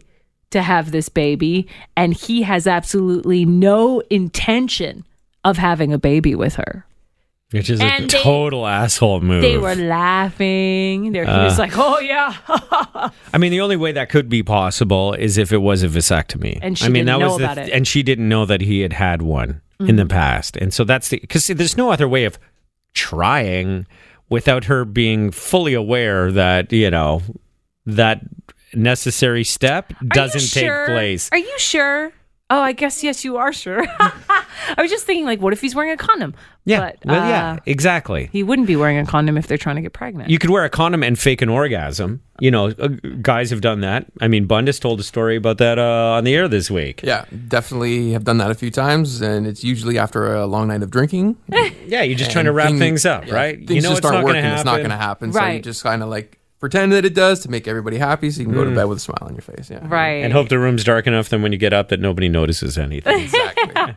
[SPEAKER 3] to have this baby and he has absolutely no intention of having a baby with her
[SPEAKER 2] Which is a
[SPEAKER 3] And they-
[SPEAKER 2] total asshole move.
[SPEAKER 3] they were laughing They're, he
[SPEAKER 2] Uh.
[SPEAKER 3] was like oh yeah *laughs*
[SPEAKER 2] I mean, the only way that could be possible is if it was a vasectomy.
[SPEAKER 3] And she
[SPEAKER 2] I mean,
[SPEAKER 3] didn't
[SPEAKER 2] that
[SPEAKER 3] know
[SPEAKER 2] was the
[SPEAKER 3] about
[SPEAKER 2] th-
[SPEAKER 3] it. Mm-hmm.
[SPEAKER 2] And she didn't know that he had had one in the past. And so that's the because there's no other way of trying without her being fully aware that you know that necessary step doesn't take
[SPEAKER 3] sure?
[SPEAKER 2] place.
[SPEAKER 3] Are you sure? Oh, I guess yes, you are sure. *laughs* I was just thinking, like, what if he's wearing a condom?
[SPEAKER 2] yeah,
[SPEAKER 3] but,
[SPEAKER 2] well, yeah,
[SPEAKER 3] uh,
[SPEAKER 2] exactly.
[SPEAKER 3] he wouldn't be wearing a condom if they're trying to get pregnant.
[SPEAKER 2] You could wear a condom and fake an orgasm. You know, uh, guys have done that. I mean, Bundus told a story about that uh, on the air this week.
[SPEAKER 4] Yeah, definitely have done that a few times, and it's usually after a long night of drinking. You're
[SPEAKER 2] Yeah, you're just trying to wrap things up, right?
[SPEAKER 4] Things just aren't
[SPEAKER 2] gonna
[SPEAKER 4] working. It's not going to happen. So you
[SPEAKER 3] Right.
[SPEAKER 4] just kind of like pretend that it does to make everybody happy, so you can go to
[SPEAKER 2] Mm.
[SPEAKER 4] bed with a smile on your face. Yeah,
[SPEAKER 3] right?
[SPEAKER 2] And hope the room's dark enough that when you get up that nobody notices anything.
[SPEAKER 4] Exactly.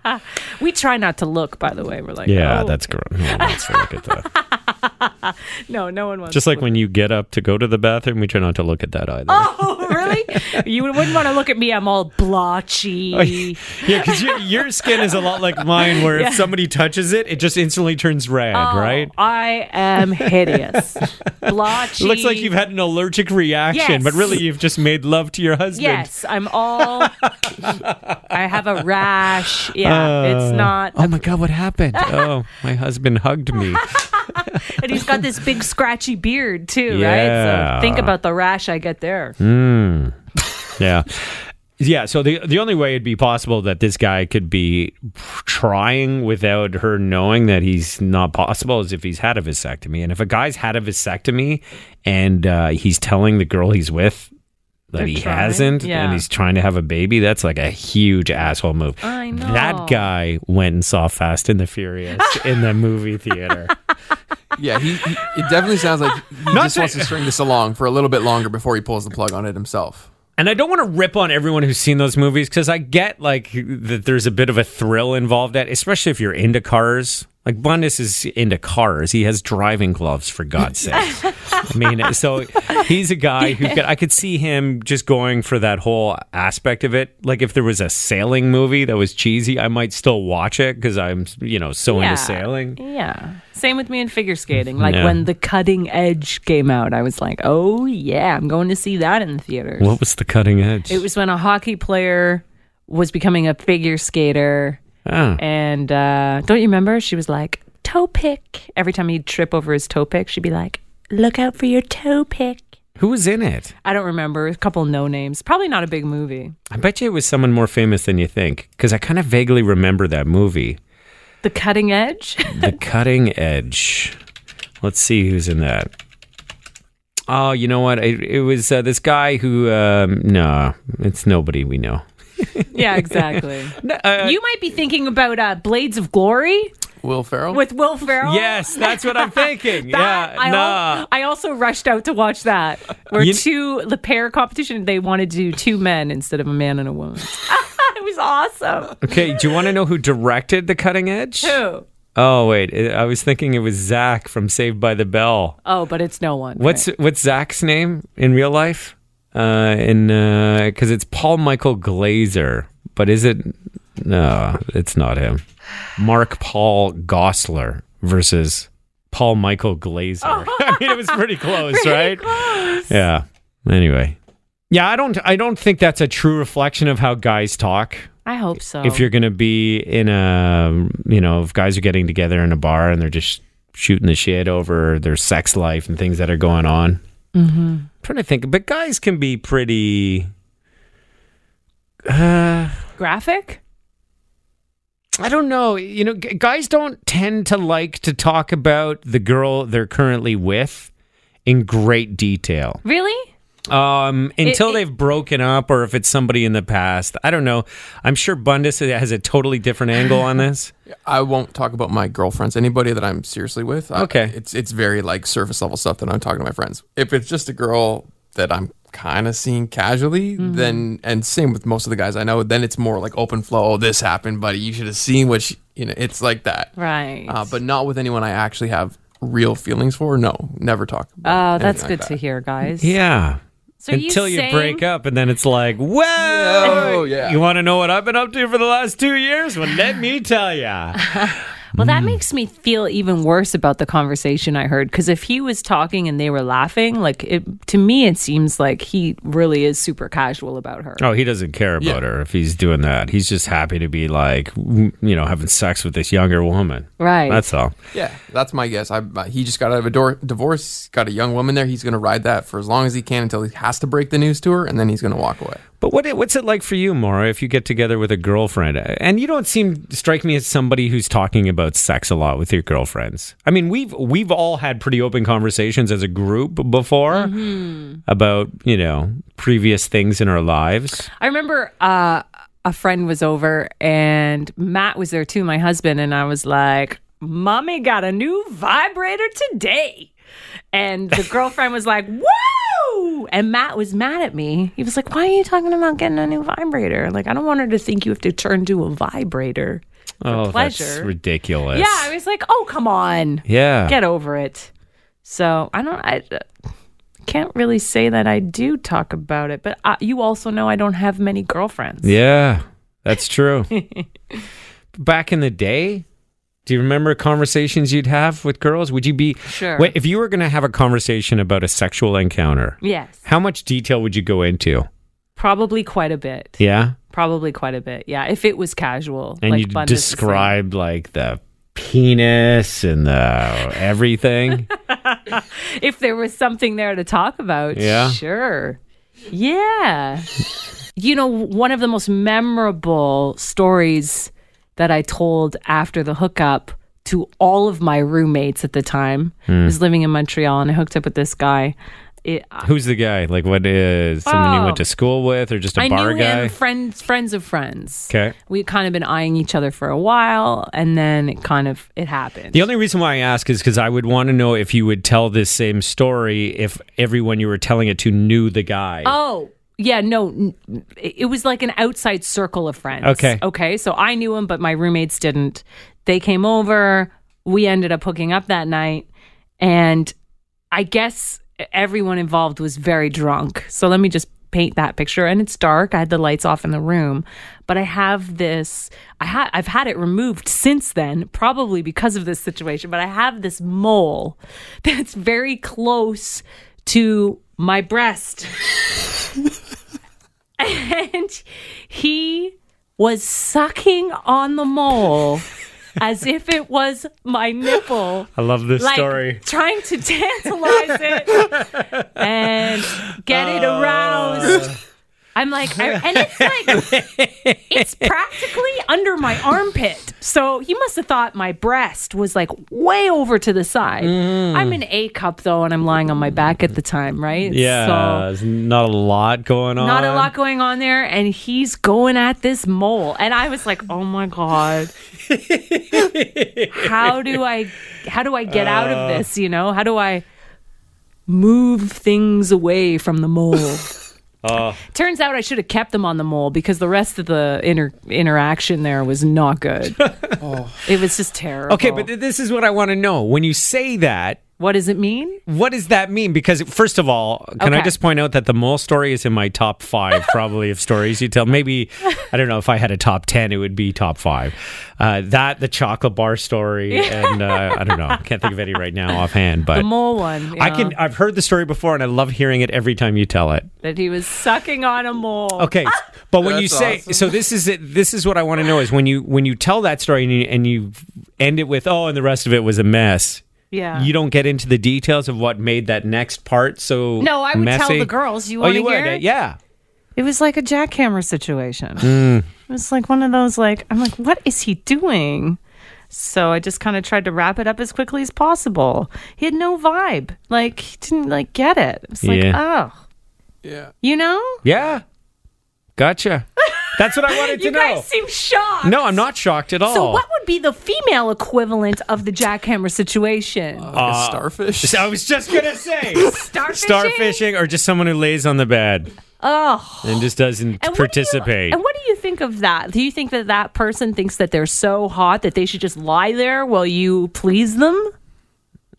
[SPEAKER 3] we try not to look. By the way, we're
[SPEAKER 2] *laughs*
[SPEAKER 3] like,
[SPEAKER 2] yeah,
[SPEAKER 3] oh,
[SPEAKER 2] that's gross. No one wants to look at
[SPEAKER 3] *laughs*
[SPEAKER 2] that.
[SPEAKER 3] no, no one wants.
[SPEAKER 2] Just
[SPEAKER 3] to
[SPEAKER 2] like
[SPEAKER 3] look.
[SPEAKER 2] when you get up to go to the bathroom, we try not to look at that either.
[SPEAKER 3] *laughs* Oh, really? you wouldn't want to look at me. I'm all
[SPEAKER 2] *laughs*
[SPEAKER 3] blotchy.
[SPEAKER 2] Oh, yeah, because your, your skin is a lot like mine, where if somebody touches it, it just instantly turns red,
[SPEAKER 3] Oh,
[SPEAKER 2] right? *laughs*
[SPEAKER 3] I am hideous. blotchy.
[SPEAKER 2] It looks like you've had an allergic reaction,
[SPEAKER 3] Yes.
[SPEAKER 2] but really you've just made love to your husband.
[SPEAKER 3] Yes, I'm all.
[SPEAKER 2] *laughs*
[SPEAKER 3] I have a rash. Yeah, it's not.
[SPEAKER 2] Oh my god, what
[SPEAKER 3] *laughs*
[SPEAKER 2] happened? oh, my husband hugged me.
[SPEAKER 3] And he's got this big scratchy beard too, right?
[SPEAKER 2] Yeah. Hmm.
[SPEAKER 3] So think about the rash I get there.
[SPEAKER 2] Yeah. Yeah, so the the only way it'd be possible that this guy could be trying without her knowing that he's not possible is if he's had a vasectomy. And if a guy's had a vasectomy and uh, he's telling the girl he's with that
[SPEAKER 3] They're
[SPEAKER 2] he
[SPEAKER 3] trying,
[SPEAKER 2] hasn't
[SPEAKER 3] yeah.
[SPEAKER 2] and he's trying to have a baby, that's like a huge asshole move.
[SPEAKER 3] I know.
[SPEAKER 2] That guy went and saw Fast and the Furious in the movie
[SPEAKER 3] *laughs*
[SPEAKER 2] theater.
[SPEAKER 4] Yeah, he, he, it definitely sounds like
[SPEAKER 2] *laughs*
[SPEAKER 4] he just wants to string this along for a little bit longer before he pulls the plug on it himself.
[SPEAKER 2] And I don't want to rip on everyone who's seen those movies because I get like that there's a bit of a thrill involved at, especially if you're into cars. Like Bundus is into cars. He has driving gloves for God's sake. I mean, so he's a guy who could, I could see him just going for that whole aspect of it. Like if there was a sailing movie that was cheesy, I might still watch it because I'm, you know, so
[SPEAKER 3] Yeah.
[SPEAKER 2] into sailing.
[SPEAKER 3] Yeah. Same with me in figure skating. Like
[SPEAKER 2] Yeah.
[SPEAKER 3] when The Cutting Edge came out, I was like, oh, yeah, I'm going to see that in the theaters.
[SPEAKER 2] What was the cutting edge?
[SPEAKER 3] It was when a hockey player was becoming a figure skater.
[SPEAKER 2] Oh.
[SPEAKER 3] And uh, don't you remember? She was like, toe pick. Every time he'd trip over his toe pick, she'd be like, look out for your toe pick.
[SPEAKER 2] Who was in it?
[SPEAKER 3] I don't remember. A couple no names. Probably not a big movie.
[SPEAKER 2] I bet you it was someone more famous than you think because I kind of vaguely remember that movie.
[SPEAKER 3] The Cutting Edge? *laughs*
[SPEAKER 2] the cutting edge. Let's see who's in that. Oh, you know what? It, it was uh, this guy who. Um, no, it's nobody we know.
[SPEAKER 3] yeah, exactly.
[SPEAKER 2] *laughs* uh,
[SPEAKER 3] you might be thinking about uh, Blades of Glory
[SPEAKER 4] Will Ferrell?
[SPEAKER 3] with Will Ferrell.
[SPEAKER 2] Yes, that's what
[SPEAKER 3] *laughs*
[SPEAKER 2] I'm thinking.
[SPEAKER 3] That,
[SPEAKER 2] yeah,
[SPEAKER 3] I,
[SPEAKER 2] nah.
[SPEAKER 3] al- I also rushed out to watch that. Where
[SPEAKER 2] You-
[SPEAKER 3] two the pair competition, they wanted to do two men instead of a man and
[SPEAKER 2] *laughs*
[SPEAKER 3] a woman. it was awesome.
[SPEAKER 2] Okay, do you want to know who directed the cutting edge?
[SPEAKER 3] *laughs* Who?
[SPEAKER 2] Oh wait, I I was thinking it was Zach from Saved by the Bell.
[SPEAKER 3] Oh, but it's no one.
[SPEAKER 2] What's what's Zach's name in real life? Uh, in because it's Paul Michael Glazer, but is it? No, it's not him. Mark Paul Gosler versus Paul Michael Glazer. I mean, it was pretty close, right? Yeah. Anyway, yeah, I don't, I don't think that's a true reflection of how guys talk.
[SPEAKER 3] right? I hope so.
[SPEAKER 2] If you're gonna be in a, you know, if guys are getting together in a bar and they're just shooting the shit over their sex life and things that are going on. Mm-hmm. trying to think, but guys can be pretty.
[SPEAKER 3] graphic,
[SPEAKER 2] I don't know. You know, g- guys don't tend to like to talk about the girl they're currently with in great detail.
[SPEAKER 3] really?
[SPEAKER 2] Um, until
[SPEAKER 3] it-
[SPEAKER 2] they've broken up or if it's somebody in the past. I don't know. I'm sure Bundus has a totally different angle on this.
[SPEAKER 4] I won't talk about my girlfriends. Anybody that I'm seriously with, I-
[SPEAKER 2] Okay.
[SPEAKER 4] it's it's very like surface level stuff that I'm talking to my friends. If it's just a girl that I'm kind of seeing casually, then and same with most of the guys I know, then it's more like open flow. Oh, this happened, buddy. You should have seen what she, you know. It's like that,
[SPEAKER 3] Right.
[SPEAKER 4] Uh, but not with anyone I actually have real feelings for. No, never talk.
[SPEAKER 3] Oh,
[SPEAKER 4] about
[SPEAKER 3] that's
[SPEAKER 4] anything
[SPEAKER 3] good
[SPEAKER 4] like
[SPEAKER 3] to
[SPEAKER 4] that.
[SPEAKER 3] hear, guys.
[SPEAKER 2] Yeah.
[SPEAKER 3] So
[SPEAKER 2] until you,
[SPEAKER 3] saying-
[SPEAKER 2] break up, and then it's like, well,
[SPEAKER 4] Oh, yeah.
[SPEAKER 2] you want to know what I've been up to for the last two years? Well, let me tell
[SPEAKER 3] *laughs*
[SPEAKER 2] ya.
[SPEAKER 3] Well,
[SPEAKER 2] Mm.
[SPEAKER 3] that makes me feel even worse about the conversation I heard because if he was talking and they were laughing, like it, to me, it seems like he really is super casual about her.
[SPEAKER 2] Oh, he doesn't care about
[SPEAKER 4] Yeah.
[SPEAKER 2] her if he's doing that. He's just happy to be like, w- you know, having sex with this younger woman.
[SPEAKER 3] Right.
[SPEAKER 2] Oh, That's all.
[SPEAKER 4] Yeah, that's my guess. I, I- he just got out of a door, divorce, got a young woman there. He's going to ride that for as long as he can until he has to break the news to her, and then he's going to walk away.
[SPEAKER 2] But what what's it like for you, Maura, if you get together with a girlfriend? And you don't seem strike me as somebody who's talking about sex a lot with your girlfriends. I mean, we've we've all had pretty open conversations as a group before
[SPEAKER 3] Mm-hmm.
[SPEAKER 2] about, you know, previous things in our lives.
[SPEAKER 3] I remember uh, a friend was over and Matt was there too, my husband, and I was like, Mommy got a new vibrator today. And the girlfriend was like, Woo! And Matt was mad at me. He was like, Why are you talking about getting a new vibrator? Like, I don't want her to think you have to turn to a vibrator.
[SPEAKER 2] oh, that's
[SPEAKER 3] pleasure.
[SPEAKER 2] ridiculous.
[SPEAKER 3] Yeah, I was like, Oh, come on.
[SPEAKER 2] yeah.
[SPEAKER 3] Get over it. So I don't, I uh, can't really say that I do talk about it, but I, you also know I don't have many girlfriends. *laughs*
[SPEAKER 2] Yeah, that's true. Back in the day, Do you remember conversations you'd have with girls? Would you be
[SPEAKER 3] Sure.
[SPEAKER 2] Wait, if you were going to have a conversation about a sexual encounter,
[SPEAKER 3] Yes.
[SPEAKER 2] how much detail would you go into?
[SPEAKER 3] Probably quite a bit.
[SPEAKER 2] Yeah,
[SPEAKER 3] Probably quite a bit. Yeah. If it was casual.
[SPEAKER 2] and
[SPEAKER 3] like
[SPEAKER 2] you'd
[SPEAKER 3] Bund is the same.
[SPEAKER 2] describe like the penis and the
[SPEAKER 3] *laughs*
[SPEAKER 2] everything.
[SPEAKER 3] If there was something there to talk about.
[SPEAKER 2] Yeah.
[SPEAKER 3] Sure. Yeah. you know, one of the most memorable stories that I told after the hookup to all of my roommates at the time
[SPEAKER 2] Hmm.
[SPEAKER 3] I was living in Montreal and I hooked up with this guy. It,
[SPEAKER 2] Who's the guy? Like, what is someone you
[SPEAKER 3] Oh.
[SPEAKER 2] went to school with, or just a
[SPEAKER 3] I
[SPEAKER 2] bar
[SPEAKER 3] knew
[SPEAKER 2] guy?
[SPEAKER 3] him friends friends of friends.
[SPEAKER 2] Okay.
[SPEAKER 3] We kind of been eyeing each other for a while and then it kind of it happened.
[SPEAKER 2] The only reason why I ask is because I would want to know if you would tell this same story if everyone you were telling it to knew the guy.
[SPEAKER 3] oh, yeah, no n- it was like an outside circle of friends.
[SPEAKER 2] Okay.
[SPEAKER 3] Okay. So I knew him but my roommates didn't. They came over, we ended up hooking up that night and I guess everyone involved was very drunk. So let me just paint that picture. And it's dark. I had the lights off in the room, but I have this. I ha- I've had it removed since then, probably because of this situation. But I have this mole *laughs* that's very close to my breast, *laughs* and he was sucking on the mole. As if it was my nipple
[SPEAKER 2] I love this
[SPEAKER 3] like
[SPEAKER 2] story.
[SPEAKER 3] trying to tantalize it and get it
[SPEAKER 2] Uh,
[SPEAKER 3] aroused. I'm like, I, and it's like, it's practically under my armpit. So he must have thought my breast was like way over to the side.
[SPEAKER 2] Mm-hmm.
[SPEAKER 3] I'm an A cup though, and I'm lying on my back at the time, right?
[SPEAKER 2] Yeah,
[SPEAKER 3] So-
[SPEAKER 2] there's not a lot going on.
[SPEAKER 3] not a lot going on there and he's going at this mole and i was like oh my god how do i how do i get out of
[SPEAKER 2] Uh.
[SPEAKER 3] this you know how do i move things away from
[SPEAKER 2] *laughs*
[SPEAKER 3] the mole
[SPEAKER 2] Uh.
[SPEAKER 3] turns out i should have kept them on the mole because the rest of the inter- interaction there was
[SPEAKER 2] *laughs*
[SPEAKER 3] not good it was just terrible
[SPEAKER 2] Oh. Okay, but th- this is what I want to know. When you say that,
[SPEAKER 3] what does it mean
[SPEAKER 2] what does that mean? Because first of all, can I
[SPEAKER 3] Okay.
[SPEAKER 2] just point out that the mole story is in my top
[SPEAKER 3] *laughs*
[SPEAKER 2] five, probably of stories you tell. Maybe I don't know if I had a top ten, it would be top five. Uh, that the chocolate bar
[SPEAKER 3] *laughs*
[SPEAKER 2] story, and uh, I don't know, can't think of any right now offhand. But
[SPEAKER 3] the mole one you
[SPEAKER 2] I
[SPEAKER 3] know,
[SPEAKER 2] can. I've heard the story before, and I love hearing it every time you tell it.
[SPEAKER 3] that he was sucking on a mole
[SPEAKER 2] Okay, but when you
[SPEAKER 4] That's
[SPEAKER 2] say
[SPEAKER 4] awesome.
[SPEAKER 2] so, this is it. This is what I want to know is when you when you tell that story and you, and you end it with oh, and the rest of it was a mess.
[SPEAKER 3] yeah
[SPEAKER 2] You don't get into the details of what made that next part so
[SPEAKER 3] No, I would tell
[SPEAKER 2] messy.
[SPEAKER 3] the girls. You
[SPEAKER 2] oh, you
[SPEAKER 3] wanna hear
[SPEAKER 2] would,
[SPEAKER 3] it?
[SPEAKER 2] yeah.
[SPEAKER 3] It was like a jackhammer situation.
[SPEAKER 2] Mm.
[SPEAKER 3] It was like one of those like I'm like, what is he doing? So I just kind of tried to wrap it up as quickly as possible. He had no vibe. Like he didn't like get it. It was like,
[SPEAKER 2] Yeah.
[SPEAKER 3] oh,
[SPEAKER 4] Yeah.
[SPEAKER 3] you know?
[SPEAKER 2] Yeah. Gotcha. That's what I
[SPEAKER 3] *laughs*
[SPEAKER 2] wanted to
[SPEAKER 3] You
[SPEAKER 2] know.
[SPEAKER 3] guys seem shocked.
[SPEAKER 2] no, I'm not shocked at all.
[SPEAKER 3] So what would be the female equivalent of the jackhammer situation?
[SPEAKER 2] Uh,
[SPEAKER 4] Like a starfish.
[SPEAKER 2] I was just gonna
[SPEAKER 3] *laughs*
[SPEAKER 2] say
[SPEAKER 3] Starfishing?
[SPEAKER 2] starfishing or just someone who lays on the bed
[SPEAKER 3] Oh.
[SPEAKER 2] and just doesn't
[SPEAKER 3] And what do you-
[SPEAKER 2] participate.
[SPEAKER 3] and what do you think of that? Do you think that that person thinks that they're so hot that they should just lie there while you please them?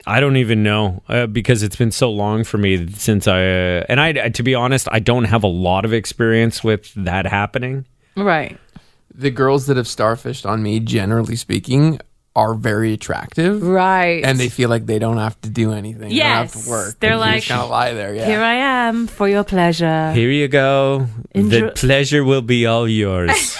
[SPEAKER 2] I don't even know uh, because it's been so long for me since I uh, and I to be honest I don't have a lot of experience with that happening.
[SPEAKER 3] Right.
[SPEAKER 4] The girls that have starfished on me, generally speaking, are very attractive.
[SPEAKER 3] Right.
[SPEAKER 4] And they feel like they don't have to do anything. They don't have
[SPEAKER 3] Yes.
[SPEAKER 4] to work.
[SPEAKER 3] They're
[SPEAKER 4] they
[SPEAKER 3] like,
[SPEAKER 4] kind of lie there. Yeah.
[SPEAKER 3] Here I am for your pleasure.
[SPEAKER 2] Here you go. the
[SPEAKER 3] Enjoy-
[SPEAKER 2] pleasure will be all
[SPEAKER 3] *laughs*
[SPEAKER 2] yours.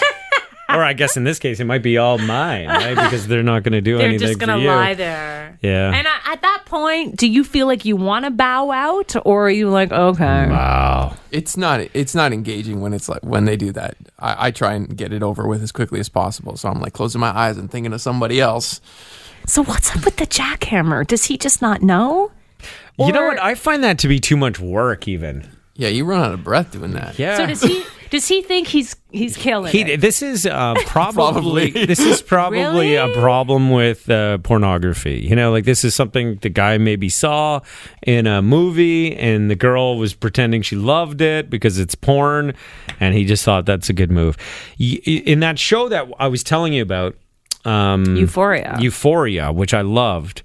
[SPEAKER 2] or I guess in this case it might be all mine, right? Because they're not going to do
[SPEAKER 3] They're
[SPEAKER 2] anything
[SPEAKER 3] just
[SPEAKER 2] for
[SPEAKER 3] gonna
[SPEAKER 2] you.
[SPEAKER 3] lie there.
[SPEAKER 2] Yeah.
[SPEAKER 3] And I, at that point, do you feel like you want to bow out, or are you like, okay,
[SPEAKER 2] Mm. wow.
[SPEAKER 4] it's not it's not engaging when it's like when they do that. I, I try and get it over with as quickly as possible. So I'm like closing my eyes and thinking of somebody else.
[SPEAKER 3] so what's up with the jackhammer? Does he just not know?
[SPEAKER 2] you know
[SPEAKER 3] Or-
[SPEAKER 2] what? I find that to be too much work even.
[SPEAKER 4] Yeah, you run out of breath doing that.
[SPEAKER 2] Yeah.
[SPEAKER 3] So does he? does he think he's he's killing
[SPEAKER 2] He,
[SPEAKER 3] it?
[SPEAKER 2] this is uh, probably,
[SPEAKER 4] Probably.
[SPEAKER 2] this is probably a
[SPEAKER 3] Really?
[SPEAKER 2] problem with uh, pornography. You know, like this is something the guy maybe saw in a movie, and the girl was pretending she loved it because it's porn, and he just thought that's a good move. Y- y- In that show that I was telling you about, um,
[SPEAKER 3] Euphoria.
[SPEAKER 2] Euphoria, which I loved.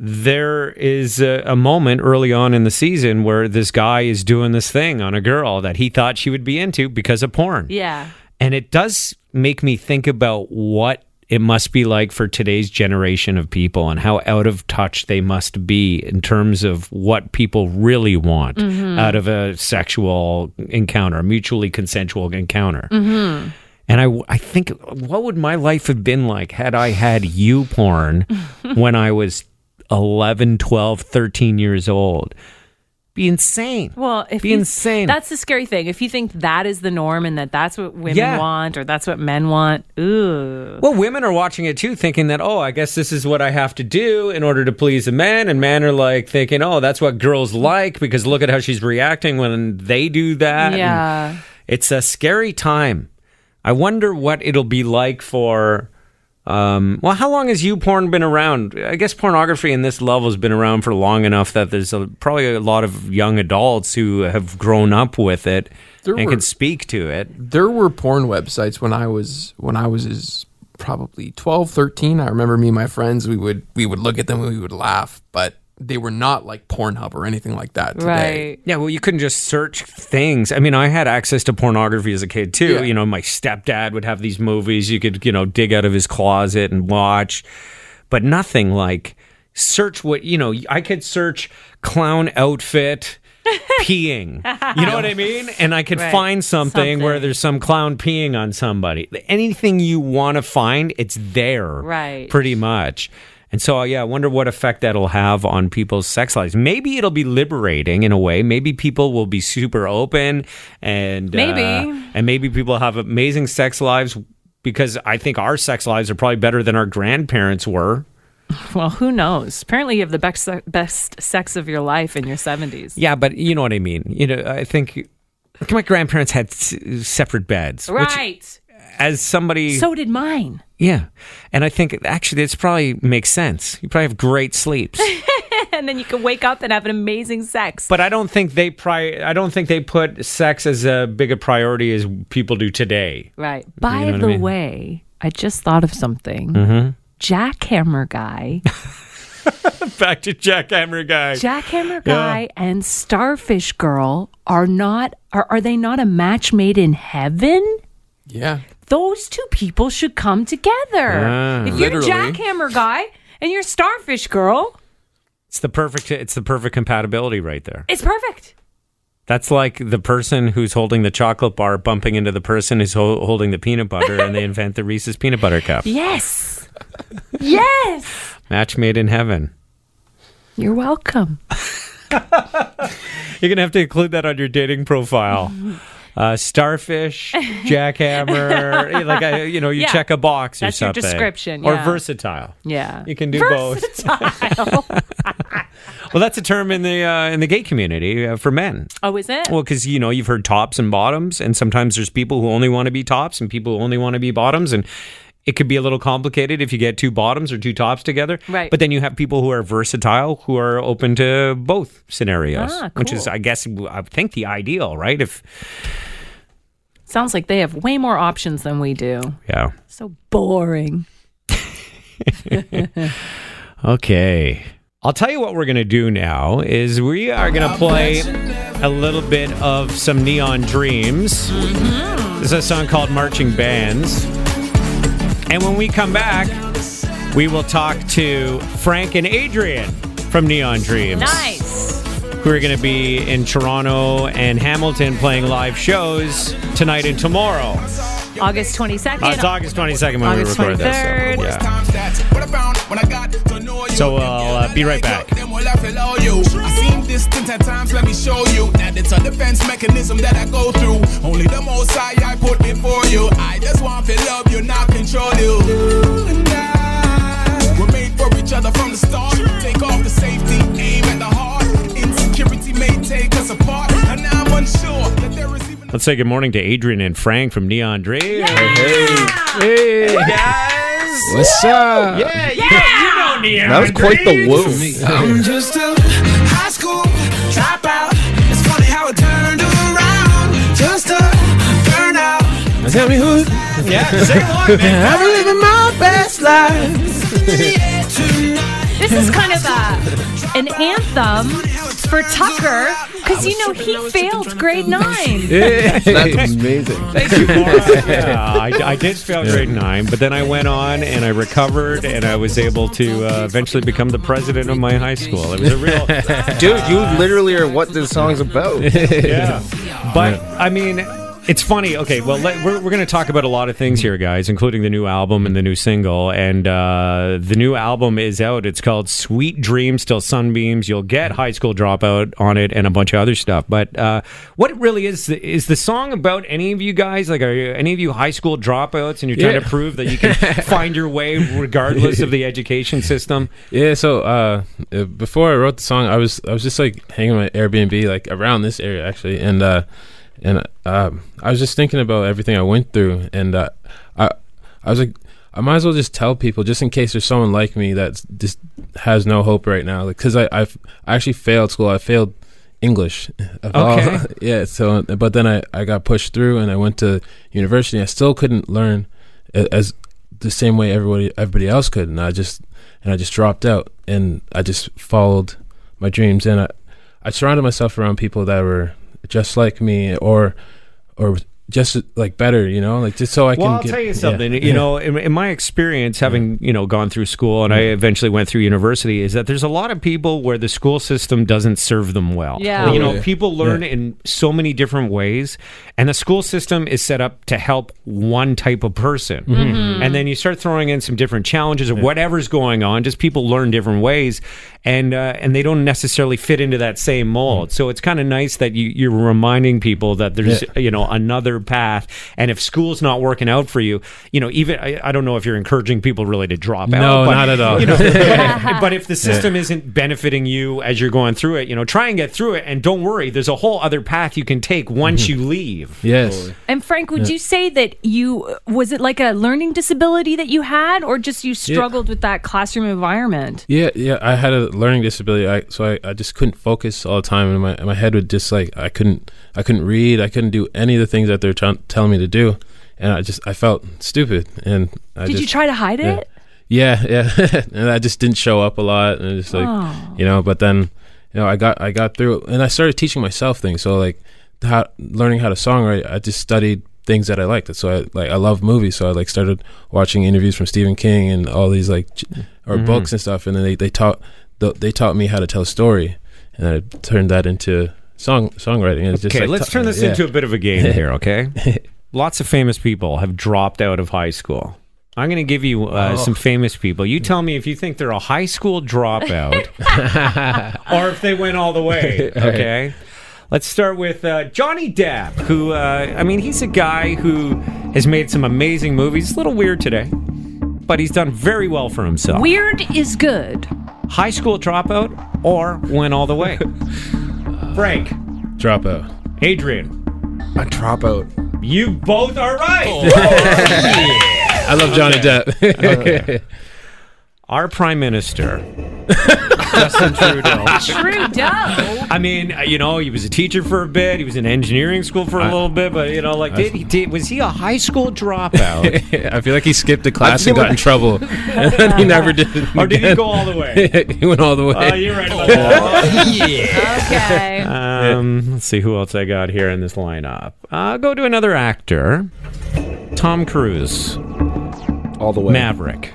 [SPEAKER 2] There is a, a moment early on in the season where this guy is doing this thing on a girl that he thought she would be into because of porn.
[SPEAKER 3] yeah.
[SPEAKER 2] And it does make me think about what it must be like for today's generation of people and how out of touch they must be in terms of what people really want out of a sexual encounter, a mutually consensual encounter. And I, w- I think, what would my life have been like had I had you porn when I was 11, 12, 13 years old? Be insane.
[SPEAKER 3] Well, if
[SPEAKER 2] be
[SPEAKER 3] you-
[SPEAKER 2] insane.
[SPEAKER 3] That's the scary thing. If you think that is the norm and that that's what women
[SPEAKER 2] Yeah.
[SPEAKER 3] want or that's what men want, ooh.
[SPEAKER 2] Well, women are watching it too, thinking that, oh, I guess this is what I have to do in order to please a man. And men are like thinking, oh, that's what girls like because look at how she's reacting when they do that. And
[SPEAKER 3] Yeah.
[SPEAKER 2] it's a scary time. I wonder what it'll be like for. Um, well, how long has you porn been around? I guess pornography in this level has been around for long enough that there's a, probably a lot of young adults who have grown up with it
[SPEAKER 4] There
[SPEAKER 2] and
[SPEAKER 4] were-
[SPEAKER 2] can speak to it.
[SPEAKER 4] there were porn websites when I was when I was as probably 12, 13. I remember me and my friends we would we would look at them and we would laugh, but they were not like Pornhub or anything like that today.
[SPEAKER 3] Right.
[SPEAKER 2] Yeah, well, you couldn't just search things. I mean, I had access to pornography as a kid too.
[SPEAKER 4] Yeah.
[SPEAKER 2] You know, my stepdad would have these movies you could, you know, dig out of his closet and watch, but nothing like search what, you know, I could search clown
[SPEAKER 3] *laughs*
[SPEAKER 2] outfit peeing. You know what I mean? And I could
[SPEAKER 3] Right.
[SPEAKER 2] find something, where
[SPEAKER 3] Something.
[SPEAKER 2] there's some clown peeing on somebody. Anything you want to find, it's there.
[SPEAKER 3] Right.
[SPEAKER 2] Pretty much. And so, yeah, I wonder what effect that'll have on people's sex lives. Maybe it'll be liberating in a way. Maybe people will be super open, and uh,
[SPEAKER 3] Maybe.
[SPEAKER 2] and maybe people have amazing sex lives because I think our sex lives are probably better than our grandparents were.
[SPEAKER 3] Well, who knows? Apparently, you have the best best sex of your life in your 70s.
[SPEAKER 2] Yeah, but you know what I mean. You know, I think my grandparents had s- separate beds, Which,
[SPEAKER 3] Right.
[SPEAKER 2] as somebody,
[SPEAKER 3] so did mine. *laughs*
[SPEAKER 2] yeah, and I think actually this probably makes sense. You probably have great sleeps.
[SPEAKER 3] And then you can wake up and have an amazing sex.
[SPEAKER 2] But I don't think they pri- I don't think they put sex as a big a priority as people do today.
[SPEAKER 3] right. By
[SPEAKER 2] know what I
[SPEAKER 3] the
[SPEAKER 2] mean? Mm-hmm.
[SPEAKER 3] way, I just thought of something.
[SPEAKER 2] *laughs*
[SPEAKER 3] Jackhammer guy,
[SPEAKER 2] Back to jackhammer guy.
[SPEAKER 3] Jackhammer guy, and Starfish girl are not are are they not a match made in heaven?
[SPEAKER 4] Yeah.
[SPEAKER 3] those two people should come together.
[SPEAKER 2] Ah.
[SPEAKER 3] if you're
[SPEAKER 4] Literally.
[SPEAKER 3] jackhammer guy and you're starfish girl,
[SPEAKER 2] it's the perfect it's the perfect compatibility right there.
[SPEAKER 3] it's perfect.
[SPEAKER 2] That's like the person who's holding the chocolate bar bumping into the person who's ho- holding the peanut butter and they invent the Reese's peanut butter
[SPEAKER 3] *laughs*
[SPEAKER 2] cup.
[SPEAKER 3] Yes. yes.
[SPEAKER 2] Match made in heaven.
[SPEAKER 3] You're welcome.
[SPEAKER 2] You're going to have to include that on your dating profile. *laughs* Uh, starfish,
[SPEAKER 3] *laughs*
[SPEAKER 2] jackhammer, like I, you know, you
[SPEAKER 3] Yeah.
[SPEAKER 2] check a box
[SPEAKER 3] That's
[SPEAKER 2] or
[SPEAKER 3] your
[SPEAKER 2] something.
[SPEAKER 3] description,
[SPEAKER 2] Or
[SPEAKER 3] yeah.
[SPEAKER 2] versatile.
[SPEAKER 3] Yeah.
[SPEAKER 2] You can do both.
[SPEAKER 3] Versatile.
[SPEAKER 2] Well, that's a term in the uh, in the gay community uh, for men.
[SPEAKER 3] *laughs* oh, is it?
[SPEAKER 2] Well, because you know you've heard tops and bottoms, and sometimes there's people who only want to be tops and people who only want to be bottoms, and it could be a little complicated if you get two bottoms or two tops together.
[SPEAKER 3] Right.
[SPEAKER 2] But then you have people who are versatile, who are open to both scenarios,
[SPEAKER 3] Ah,
[SPEAKER 2] which is,
[SPEAKER 3] cool.
[SPEAKER 2] I guess, I think the ideal, right? If
[SPEAKER 3] Sounds like they have way more options than we do.
[SPEAKER 2] yeah.
[SPEAKER 3] So boring.
[SPEAKER 2] Okay. I'll tell you what we're going to do now is we are going to
[SPEAKER 3] Oh,
[SPEAKER 2] play a little bit of some Neon Dreams.
[SPEAKER 3] Mm-hmm.
[SPEAKER 2] This is a song called Marching Bands. And when we come back, we will talk to Frank and Adrian from Neon Dreams.
[SPEAKER 3] Nice.
[SPEAKER 2] Who are going to be in Toronto and Hamilton playing live shows tonight and tomorrow.
[SPEAKER 3] August 22nd.
[SPEAKER 2] Uh, it's August 22nd when
[SPEAKER 3] August
[SPEAKER 2] we record this.
[SPEAKER 3] 23rd.
[SPEAKER 2] So, yeah.
[SPEAKER 5] So we'll uh, be right back. I seem distant at times, let me show you that it's a defense mechanism that I go through. Only the most high I put before you. I just want to love you, not control you. You and I, We're made for each other from the start. Take off the safety, aim at the heart. Insecurity may take us apart. And now I'm unsure that there is even
[SPEAKER 2] Let's say good morning to Adrian and Frank from Neon Dreams.
[SPEAKER 4] Hey
[SPEAKER 2] guys.
[SPEAKER 6] What's up?
[SPEAKER 2] Yeah, you know, you know Neon
[SPEAKER 6] That was quite the woo.
[SPEAKER 5] I'm just a high school dropout. It's funny how it turned around. Just a burnout.
[SPEAKER 6] Tell me who
[SPEAKER 2] *laughs* Yeah, sing along, man.
[SPEAKER 6] I'm living my best life.
[SPEAKER 5] In the air tonight.
[SPEAKER 3] This is kind of a, an anthem
[SPEAKER 5] Funny how it
[SPEAKER 3] for Tucker because you know he failed grade nine.
[SPEAKER 7] That's amazing.
[SPEAKER 2] yeah, I, I did fail grade nine, but then I went on and I recovered, and I was able to uh, eventually become the president of my high school. It was a real,
[SPEAKER 7] Dude, you literally are what this song's *laughs* about.
[SPEAKER 2] yeah. *laughs* But I mean, it's funny. Okay, well, let, we're, we're going to talk about a lot of things here, guys, including the new album and the new single. And uh, the new album is out. It's called "Sweet Dreams Till Sunbeams." You'll get High School Dropout on it and a bunch of other stuff. But uh, what really is the, is the song about? Any of you guys? Like, are you, any of you high school dropouts? And you're trying to prove that you can find your way regardless of the education system.
[SPEAKER 8] Yeah, so uh, uh, before I wrote the song, I was I was just like hanging my Airbnb like around this area actually, and uh, and uh, I was just thinking about everything I went through, and uh, I I was like I might as well just tell people just in case there's someone like me that just has no hope right now, like because I I've, I actually failed school, I failed English. of all- *laughs*
[SPEAKER 2] Okay.
[SPEAKER 8] yeah. So but then I I got pushed through and I went to university. I still couldn't learn a- as the same way everybody everybody else could, and I just and I just dropped out and I just followed my dreams and I I surrounded myself around people that were just like me or or just like better, you know, like just so I
[SPEAKER 2] Well,
[SPEAKER 8] can.
[SPEAKER 2] I'll
[SPEAKER 8] get-
[SPEAKER 2] tell you
[SPEAKER 8] yeah,
[SPEAKER 2] something.
[SPEAKER 8] yeah. *laughs*
[SPEAKER 2] You know, in, in my experience, having you know gone through school, and I eventually went through university, is that there's a lot of people where the school system doesn't serve them well.
[SPEAKER 3] Yeah.
[SPEAKER 2] you know,
[SPEAKER 8] Oh, yeah.
[SPEAKER 2] people learn in so many different ways, and the school system is set up to help one type of person,
[SPEAKER 8] Mm-hmm.
[SPEAKER 2] and then you start throwing in some different challenges or whatever's going on. Just people learn different ways, and uh, and they don't necessarily fit into that same mold. So it's kind of nice that you, you're reminding people that there's
[SPEAKER 8] Mm. Yeah.
[SPEAKER 2] you know another path and if school's not working out for you you know even i, I don't know if you're encouraging people really to drop out
[SPEAKER 8] No, not at all.
[SPEAKER 2] you know, but, if, but if the system isn't benefiting you as you're going through it you know try and get through it and don't worry there's a whole other path you can take once you leave
[SPEAKER 8] Yes.
[SPEAKER 3] And Frank, would you say that you was it like a learning disability that you had, or just you struggled with that classroom environment?
[SPEAKER 8] Yeah, yeah. I had a learning disability, I, so I, I just couldn't focus all the time, and my my head would just like I couldn't I couldn't read, I couldn't do any of the things that they're tell- telling me to do, and I just I felt stupid, and I
[SPEAKER 3] Did
[SPEAKER 8] just,
[SPEAKER 3] you try to hide
[SPEAKER 8] yeah.
[SPEAKER 3] it?
[SPEAKER 8] Yeah, *laughs* yeah. and I just didn't show up a lot, and just like you know. But then you know, I got I got through, it, and I started teaching myself things. So like how, learning how to songwrite, I just studied things that I liked. So I like I love movies, so I like started watching interviews from Stephen King and all these like ch- or
[SPEAKER 2] Mm-hmm.
[SPEAKER 8] books and stuff, and then they they taught th- they taught me how to tell a story, and I turned that into song songwriting. And it's just,
[SPEAKER 2] okay
[SPEAKER 8] like,
[SPEAKER 2] let's
[SPEAKER 8] t-
[SPEAKER 2] turn this
[SPEAKER 8] yeah.
[SPEAKER 2] into a bit
[SPEAKER 8] *laughs*
[SPEAKER 2] of a game here okay *laughs* lots of famous people have dropped out of high school I'm going to give you
[SPEAKER 8] Oh.
[SPEAKER 2] uh, some famous people. You tell me if you think they're a high school dropout
[SPEAKER 8] *laughs*
[SPEAKER 2] or if they went all the way. Okay. Let's start with uh, Johnny Depp, who, uh, I mean, he's a guy who has made some amazing movies. A little weird today, but he's done very well for himself.
[SPEAKER 3] Weird is good.
[SPEAKER 2] High school dropout or went all the way? Frank,
[SPEAKER 8] dropout.
[SPEAKER 2] Adrian,
[SPEAKER 7] A dropout.
[SPEAKER 2] you both are right.
[SPEAKER 8] I love Johnny Depp.
[SPEAKER 2] *laughs*
[SPEAKER 8] *laughs*
[SPEAKER 2] Our Prime Minister, Justin Trudeau.
[SPEAKER 3] Trudeau.
[SPEAKER 2] I mean, uh, you know, he was a teacher for a bit. He was in engineering school for a little bit, but you know, like, did he did, was he a high school dropout,
[SPEAKER 8] I feel like he skipped a class
[SPEAKER 7] feel
[SPEAKER 8] and got
[SPEAKER 7] like-
[SPEAKER 2] *laughs*
[SPEAKER 8] in trouble, and then he never did. it
[SPEAKER 2] or did he
[SPEAKER 8] again.
[SPEAKER 2] go all the way?
[SPEAKER 8] *laughs* he went all the way.
[SPEAKER 2] Oh, you're right about that.
[SPEAKER 3] Okay.
[SPEAKER 2] *laughs* Um, let's see who else I got here in this lineup. Uh, go to another actor, Tom Cruise.
[SPEAKER 7] All the way.
[SPEAKER 2] Maverick.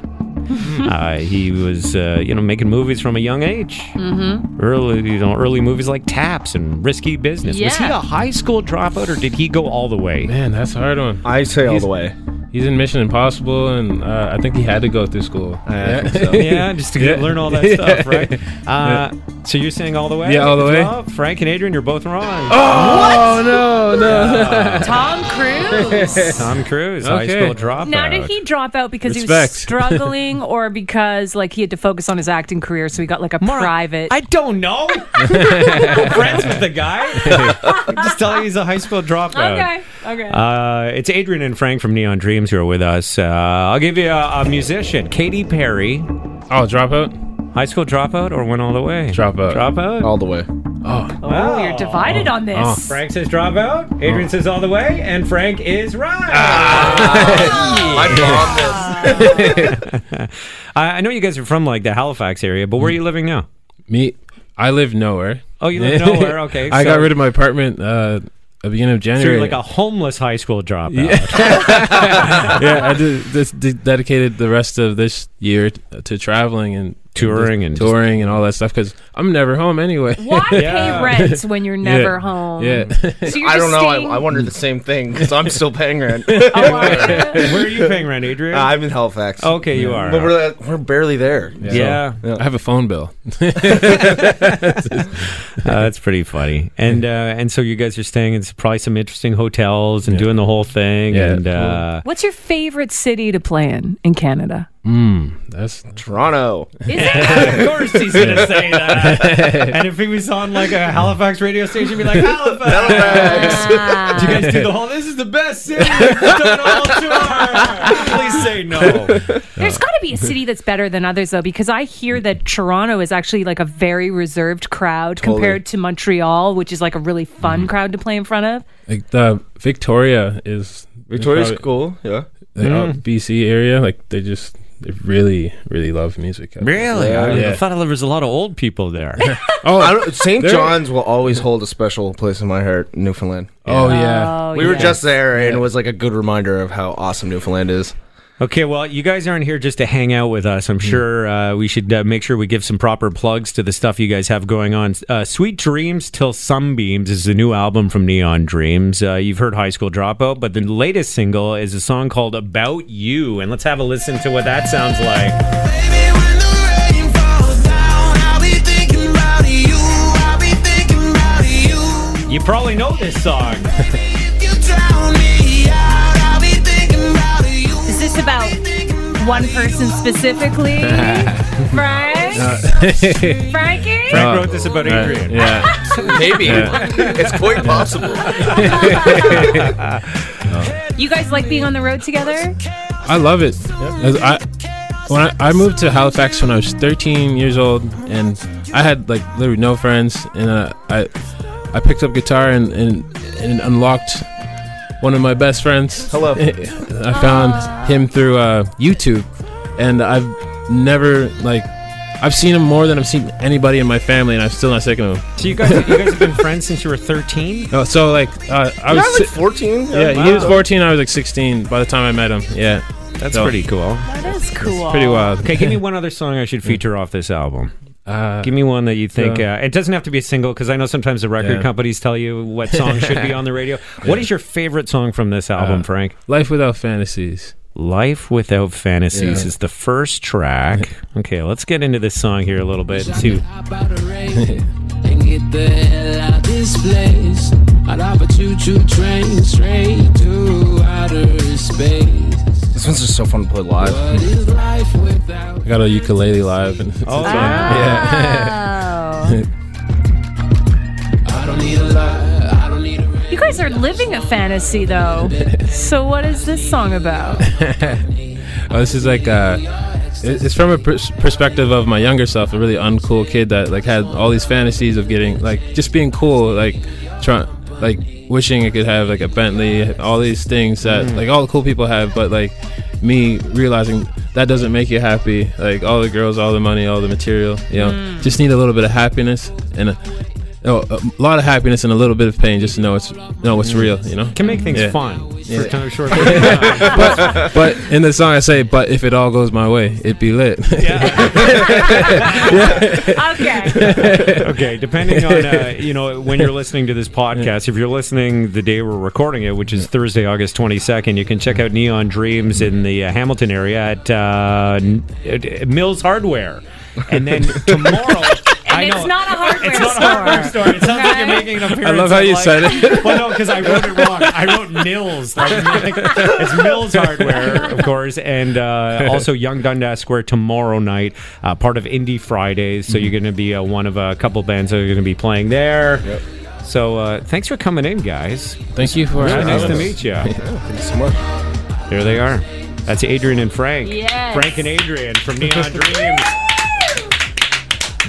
[SPEAKER 2] uh, he was, uh, you know, making movies from a young age. Mm-hmm. Early, you know, early movies like Taps and Risky Business. Was he
[SPEAKER 3] Yeah.
[SPEAKER 2] a high school dropout, or did he go all the way?
[SPEAKER 8] Man, that's a hard one.
[SPEAKER 7] I say all
[SPEAKER 8] He's-
[SPEAKER 7] the way. *laughs*
[SPEAKER 8] He's in Mission Impossible, and uh, I think he had to go through school.
[SPEAKER 7] I think so.
[SPEAKER 2] yeah, just to get, learn all that stuff, right?
[SPEAKER 8] *laughs*
[SPEAKER 2] Uh, So you're saying all the way?
[SPEAKER 8] Yeah, all the
[SPEAKER 2] as
[SPEAKER 8] way.
[SPEAKER 2] well? Frank and Adrian, you're both wrong.
[SPEAKER 8] *laughs* Oh no, no.
[SPEAKER 3] Tom Cruise.
[SPEAKER 2] Tom Cruise, high
[SPEAKER 8] Okay.
[SPEAKER 2] school dropout.
[SPEAKER 3] Now, did he drop out because he was
[SPEAKER 8] Respect.
[SPEAKER 3] struggling, or because like he had to focus on his acting career, so he got like a
[SPEAKER 2] Mara,
[SPEAKER 3] private?
[SPEAKER 2] I don't
[SPEAKER 8] *laughs*
[SPEAKER 2] know. I'm friends with the guy. I'm just telling you he's a high school dropout.
[SPEAKER 3] okay. Okay.
[SPEAKER 2] Uh, it's Adrian and Frank from Neon Dreams who are with us. Uh, I'll give you a, a musician, Katy Perry,
[SPEAKER 8] *laughs* Oh, dropout.
[SPEAKER 2] high school dropout or went all the way?
[SPEAKER 8] Dropout.
[SPEAKER 2] Dropout.
[SPEAKER 7] All the way.
[SPEAKER 3] oh, you're divided on this.
[SPEAKER 8] Oh.
[SPEAKER 2] Frank says dropout. Adrian says all the way, and Frank is right.
[SPEAKER 8] Ah!
[SPEAKER 2] Mm-hmm. I, I know you guys are from like the Halifax area, but where are you living now?
[SPEAKER 8] Me, I live nowhere.
[SPEAKER 2] Oh, you live nowhere. Okay.
[SPEAKER 8] *laughs* I got
[SPEAKER 2] so-
[SPEAKER 8] rid of my apartment uh, at the beginning of
[SPEAKER 2] So
[SPEAKER 8] January.
[SPEAKER 2] you're like a homeless high school dropout.
[SPEAKER 8] yeah, I did, this, de- dedicated the rest of this year t- to traveling and
[SPEAKER 2] Touring and-
[SPEAKER 8] touring and all that stuff because I'm never home anyway.
[SPEAKER 3] Why pay rent when you're
[SPEAKER 8] Yeah.
[SPEAKER 3] never
[SPEAKER 8] *laughs*
[SPEAKER 3] home?
[SPEAKER 8] Yeah.
[SPEAKER 3] So you're
[SPEAKER 7] I
[SPEAKER 3] just
[SPEAKER 7] don't know. I,
[SPEAKER 3] staying-
[SPEAKER 7] I wonder the same thing because I'm still paying rent.
[SPEAKER 2] *laughs*
[SPEAKER 7] Uh,
[SPEAKER 2] *laughs* Where are you paying rent, *laughs* Adrian?
[SPEAKER 7] I'm in Halifax.
[SPEAKER 2] okay, you are.
[SPEAKER 7] But we're, uh, we're barely there.
[SPEAKER 8] So,
[SPEAKER 2] yeah.
[SPEAKER 8] I have a phone bill.
[SPEAKER 2] *laughs* Uh, that's pretty funny. And uh, and so you guys are staying in s- probably some interesting hotels and doing the whole thing.
[SPEAKER 8] Yeah,
[SPEAKER 2] and uh,
[SPEAKER 3] What's your favorite city to play in in Canada?
[SPEAKER 8] Mm, that's
[SPEAKER 7] Toronto.
[SPEAKER 3] Is
[SPEAKER 2] *laughs*
[SPEAKER 3] it?
[SPEAKER 2] of course he's going to say that. and if he was on like a Halifax radio station, he'd be like, Halifax.
[SPEAKER 3] Ah.
[SPEAKER 2] You guys do the whole. This is the best city. We've done all *laughs* tour. Please say no. Uh.
[SPEAKER 3] There's got to be a city that's better than others, though, because I hear that Toronto is actually like a very reserved crowd compared to Montreal, which is like a really fun
[SPEAKER 2] Mm-hmm.
[SPEAKER 3] crowd to play in front of.
[SPEAKER 8] like the Victoria is
[SPEAKER 7] Victoria's
[SPEAKER 8] probably-
[SPEAKER 7] cool. Mm-hmm. Yeah.
[SPEAKER 8] like, out BC area. Like they just they really really love music. out there.
[SPEAKER 2] Really? I
[SPEAKER 8] Yeah.
[SPEAKER 2] thought there was a lot of old people there.
[SPEAKER 8] Oh,
[SPEAKER 7] I don't, St.
[SPEAKER 8] There-
[SPEAKER 7] John's will always hold a special place in my heart, Newfoundland.
[SPEAKER 8] oh yeah.
[SPEAKER 3] Oh,
[SPEAKER 7] We were
[SPEAKER 3] yeah.
[SPEAKER 7] just there, and it was like a good reminder of how awesome Newfoundland is.
[SPEAKER 2] *laughs* Okay, well, you guys aren't here just to hang out with us. I'm sure uh, we should uh, make sure we give some proper plugs to the stuff you guys have going on. Uh, Sweet Dreams Till Sunbeams is the new album from Neon Dreams. Uh, you've heard High School Dropout, but the latest single is a song called About You. And let's have a listen to what that sounds like.
[SPEAKER 1] Baby, when the rain falls down, I'll be thinking about you. I'll be thinking about you.
[SPEAKER 2] You probably know this song.
[SPEAKER 1] If you drown me out, I'll be thinking about you.
[SPEAKER 3] Is this about one person
[SPEAKER 2] *laughs*
[SPEAKER 3] specifically? Frank? *laughs* Frankie?
[SPEAKER 2] Frank wrote this about Adrian.
[SPEAKER 8] yeah.
[SPEAKER 7] *laughs* Maybe. It's quite possible.
[SPEAKER 3] You guys like being on the road together?
[SPEAKER 8] I love it. As I when I, I moved to Halifax when I was 13 years old, and I had like literally no friends, and uh, I I picked up guitar and and, and unlocked one of my best friends.
[SPEAKER 7] Hello.
[SPEAKER 8] *laughs* I found him through uh, YouTube, and I've never like I've seen him more than I've seen anybody in my family, and I'm still not sick of him.
[SPEAKER 2] So you guys, you guys have been friends since you were 13?
[SPEAKER 8] No, so like uh, I was.
[SPEAKER 7] I was like
[SPEAKER 8] si-
[SPEAKER 7] 14.
[SPEAKER 8] yeah, he was 14. I was like 16 by the time I met him. Yeah,
[SPEAKER 2] That's
[SPEAKER 8] No.
[SPEAKER 2] pretty cool.
[SPEAKER 3] That is cool.
[SPEAKER 8] pretty wild.
[SPEAKER 2] Okay, give me one other song I should feature off this album.
[SPEAKER 8] Uh,
[SPEAKER 2] Give me one that you think uh, it doesn't have to be a single because I know sometimes the record
[SPEAKER 8] Yeah.
[SPEAKER 2] companies tell you what song should
[SPEAKER 8] *laughs*
[SPEAKER 2] be on the radio. What is your favorite song from this album,
[SPEAKER 8] Uh,
[SPEAKER 2] Frank?
[SPEAKER 8] Life without fantasies.
[SPEAKER 2] Life Without Fantasies is the first track. Okay, let's get into this song here a little bit. and see-
[SPEAKER 9] Hop out of rain and get the hell out this place. I'd hop a choo-choo train straight to outer space.
[SPEAKER 7] This one's just so fun to play live.
[SPEAKER 9] What is life without?
[SPEAKER 8] I got a ukulele live. And it's
[SPEAKER 2] Oh,
[SPEAKER 8] it's
[SPEAKER 2] *laughs*
[SPEAKER 3] Wow.
[SPEAKER 9] I don't need a lot. I don't need a rain.
[SPEAKER 3] You guys are living a fantasy, though. So, what is this
[SPEAKER 2] *laughs*
[SPEAKER 3] song about?
[SPEAKER 8] oh, this is like uh, it- it's from a pers- perspective of my younger self, a really uncool kid that like had all these fantasies of getting like just being cool, like trying, like wishing I could have like a Bentley, all these things that like all the cool people have, but like me realizing that doesn't make you happy. Like all the girls, all the money, all the material, you know, just need a little bit of happiness and. A, Oh, a lot of happiness and a little bit of pain, just to know it's know what's real, you know.
[SPEAKER 2] Can make things
[SPEAKER 8] Yeah.
[SPEAKER 2] fun for
[SPEAKER 8] Yeah.
[SPEAKER 2] kind of
[SPEAKER 8] *laughs*
[SPEAKER 2] short. period of time.
[SPEAKER 8] But in the song, I say, "But if it all goes my way, it be lit."
[SPEAKER 3] Okay.
[SPEAKER 2] *laughs* okay, depending on uh, you know when you're listening to this podcast, if you're listening the day we're recording it, which is Thursday, August 22nd, you can check out Neon Dreams in the uh, Hamilton area at, uh, n- at- at Mills Hardware, and then tomorrow. I
[SPEAKER 3] And
[SPEAKER 2] know,
[SPEAKER 3] it's not a hardware
[SPEAKER 2] it's not
[SPEAKER 3] store.
[SPEAKER 2] a hardware store. It sounds like you're
[SPEAKER 3] Okay.
[SPEAKER 2] making an appearance.
[SPEAKER 8] I love how
[SPEAKER 2] of,
[SPEAKER 8] you
[SPEAKER 2] like-
[SPEAKER 8] said it.
[SPEAKER 2] *laughs* Well, no, because I wrote it wrong. I wrote Nils. Like,
[SPEAKER 8] *laughs*
[SPEAKER 2] it's Mills Hardware, of course, and uh,
[SPEAKER 8] *laughs*
[SPEAKER 2] also Young Dundas Square tomorrow night, uh, part of Indie Fridays.
[SPEAKER 8] Mm-hmm.
[SPEAKER 2] So you're going to be uh, one of a couple bands that are going to be playing there. So uh, thanks for coming in, guys.
[SPEAKER 8] Thank you for
[SPEAKER 2] Really
[SPEAKER 8] having
[SPEAKER 2] nice
[SPEAKER 8] us.
[SPEAKER 2] to meet you.
[SPEAKER 7] Thanks so much.
[SPEAKER 2] There they are. That's Adrian and Frank.
[SPEAKER 3] Yes.
[SPEAKER 2] Frank and Adrian from Neon Dreams.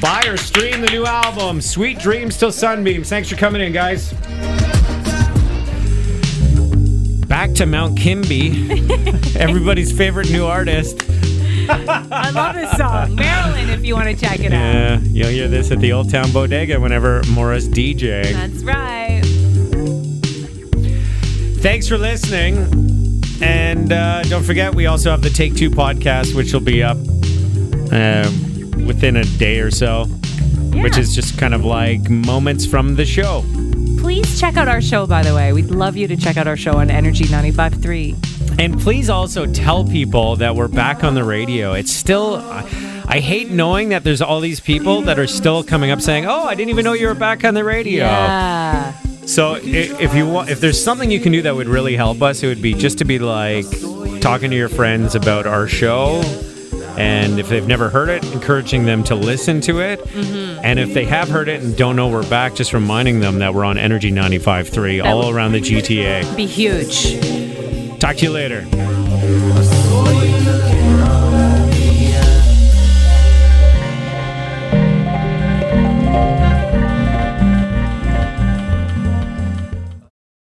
[SPEAKER 2] Buy or stream the new album, Sweet Dreams Till Sunbeams. Thanks for coming in, guys. Back to Mount Kimby, everybody's favorite new artist.
[SPEAKER 3] I love this
[SPEAKER 2] *laughs*
[SPEAKER 3] song. Marilyn, if you want to check it out.
[SPEAKER 2] Yeah, Uh, you'll hear this at the Old Town Bodega whenever Morris DJing.
[SPEAKER 3] That's right.
[SPEAKER 2] Thanks for listening. And uh, don't forget, we also have the Take Two podcast, which will be up uh, within a day or so, which is just kind of like moments from the show.
[SPEAKER 3] Please check out our show, by the way. We'd love you to check out our show on Energy 95.3.
[SPEAKER 2] And please also tell people that we're back on the radio. It's still. I I hate knowing that there's all these people that are still coming up saying, "Oh, I didn't even know you were back on the radio."
[SPEAKER 3] Yeah.
[SPEAKER 2] So i- if you want, if there's something you can do that would really help us, it would be just to be like talking to your friends about our show, and if they've never heard it, encouraging them to listen to it,
[SPEAKER 3] Mm-hmm.
[SPEAKER 2] and if they have heard it and don't know we're back, just reminding them that we're on Energy 95.3
[SPEAKER 3] That
[SPEAKER 2] all
[SPEAKER 3] would-
[SPEAKER 2] around the GTA.
[SPEAKER 3] Be huge.
[SPEAKER 2] Talk to you later.
[SPEAKER 10] Soy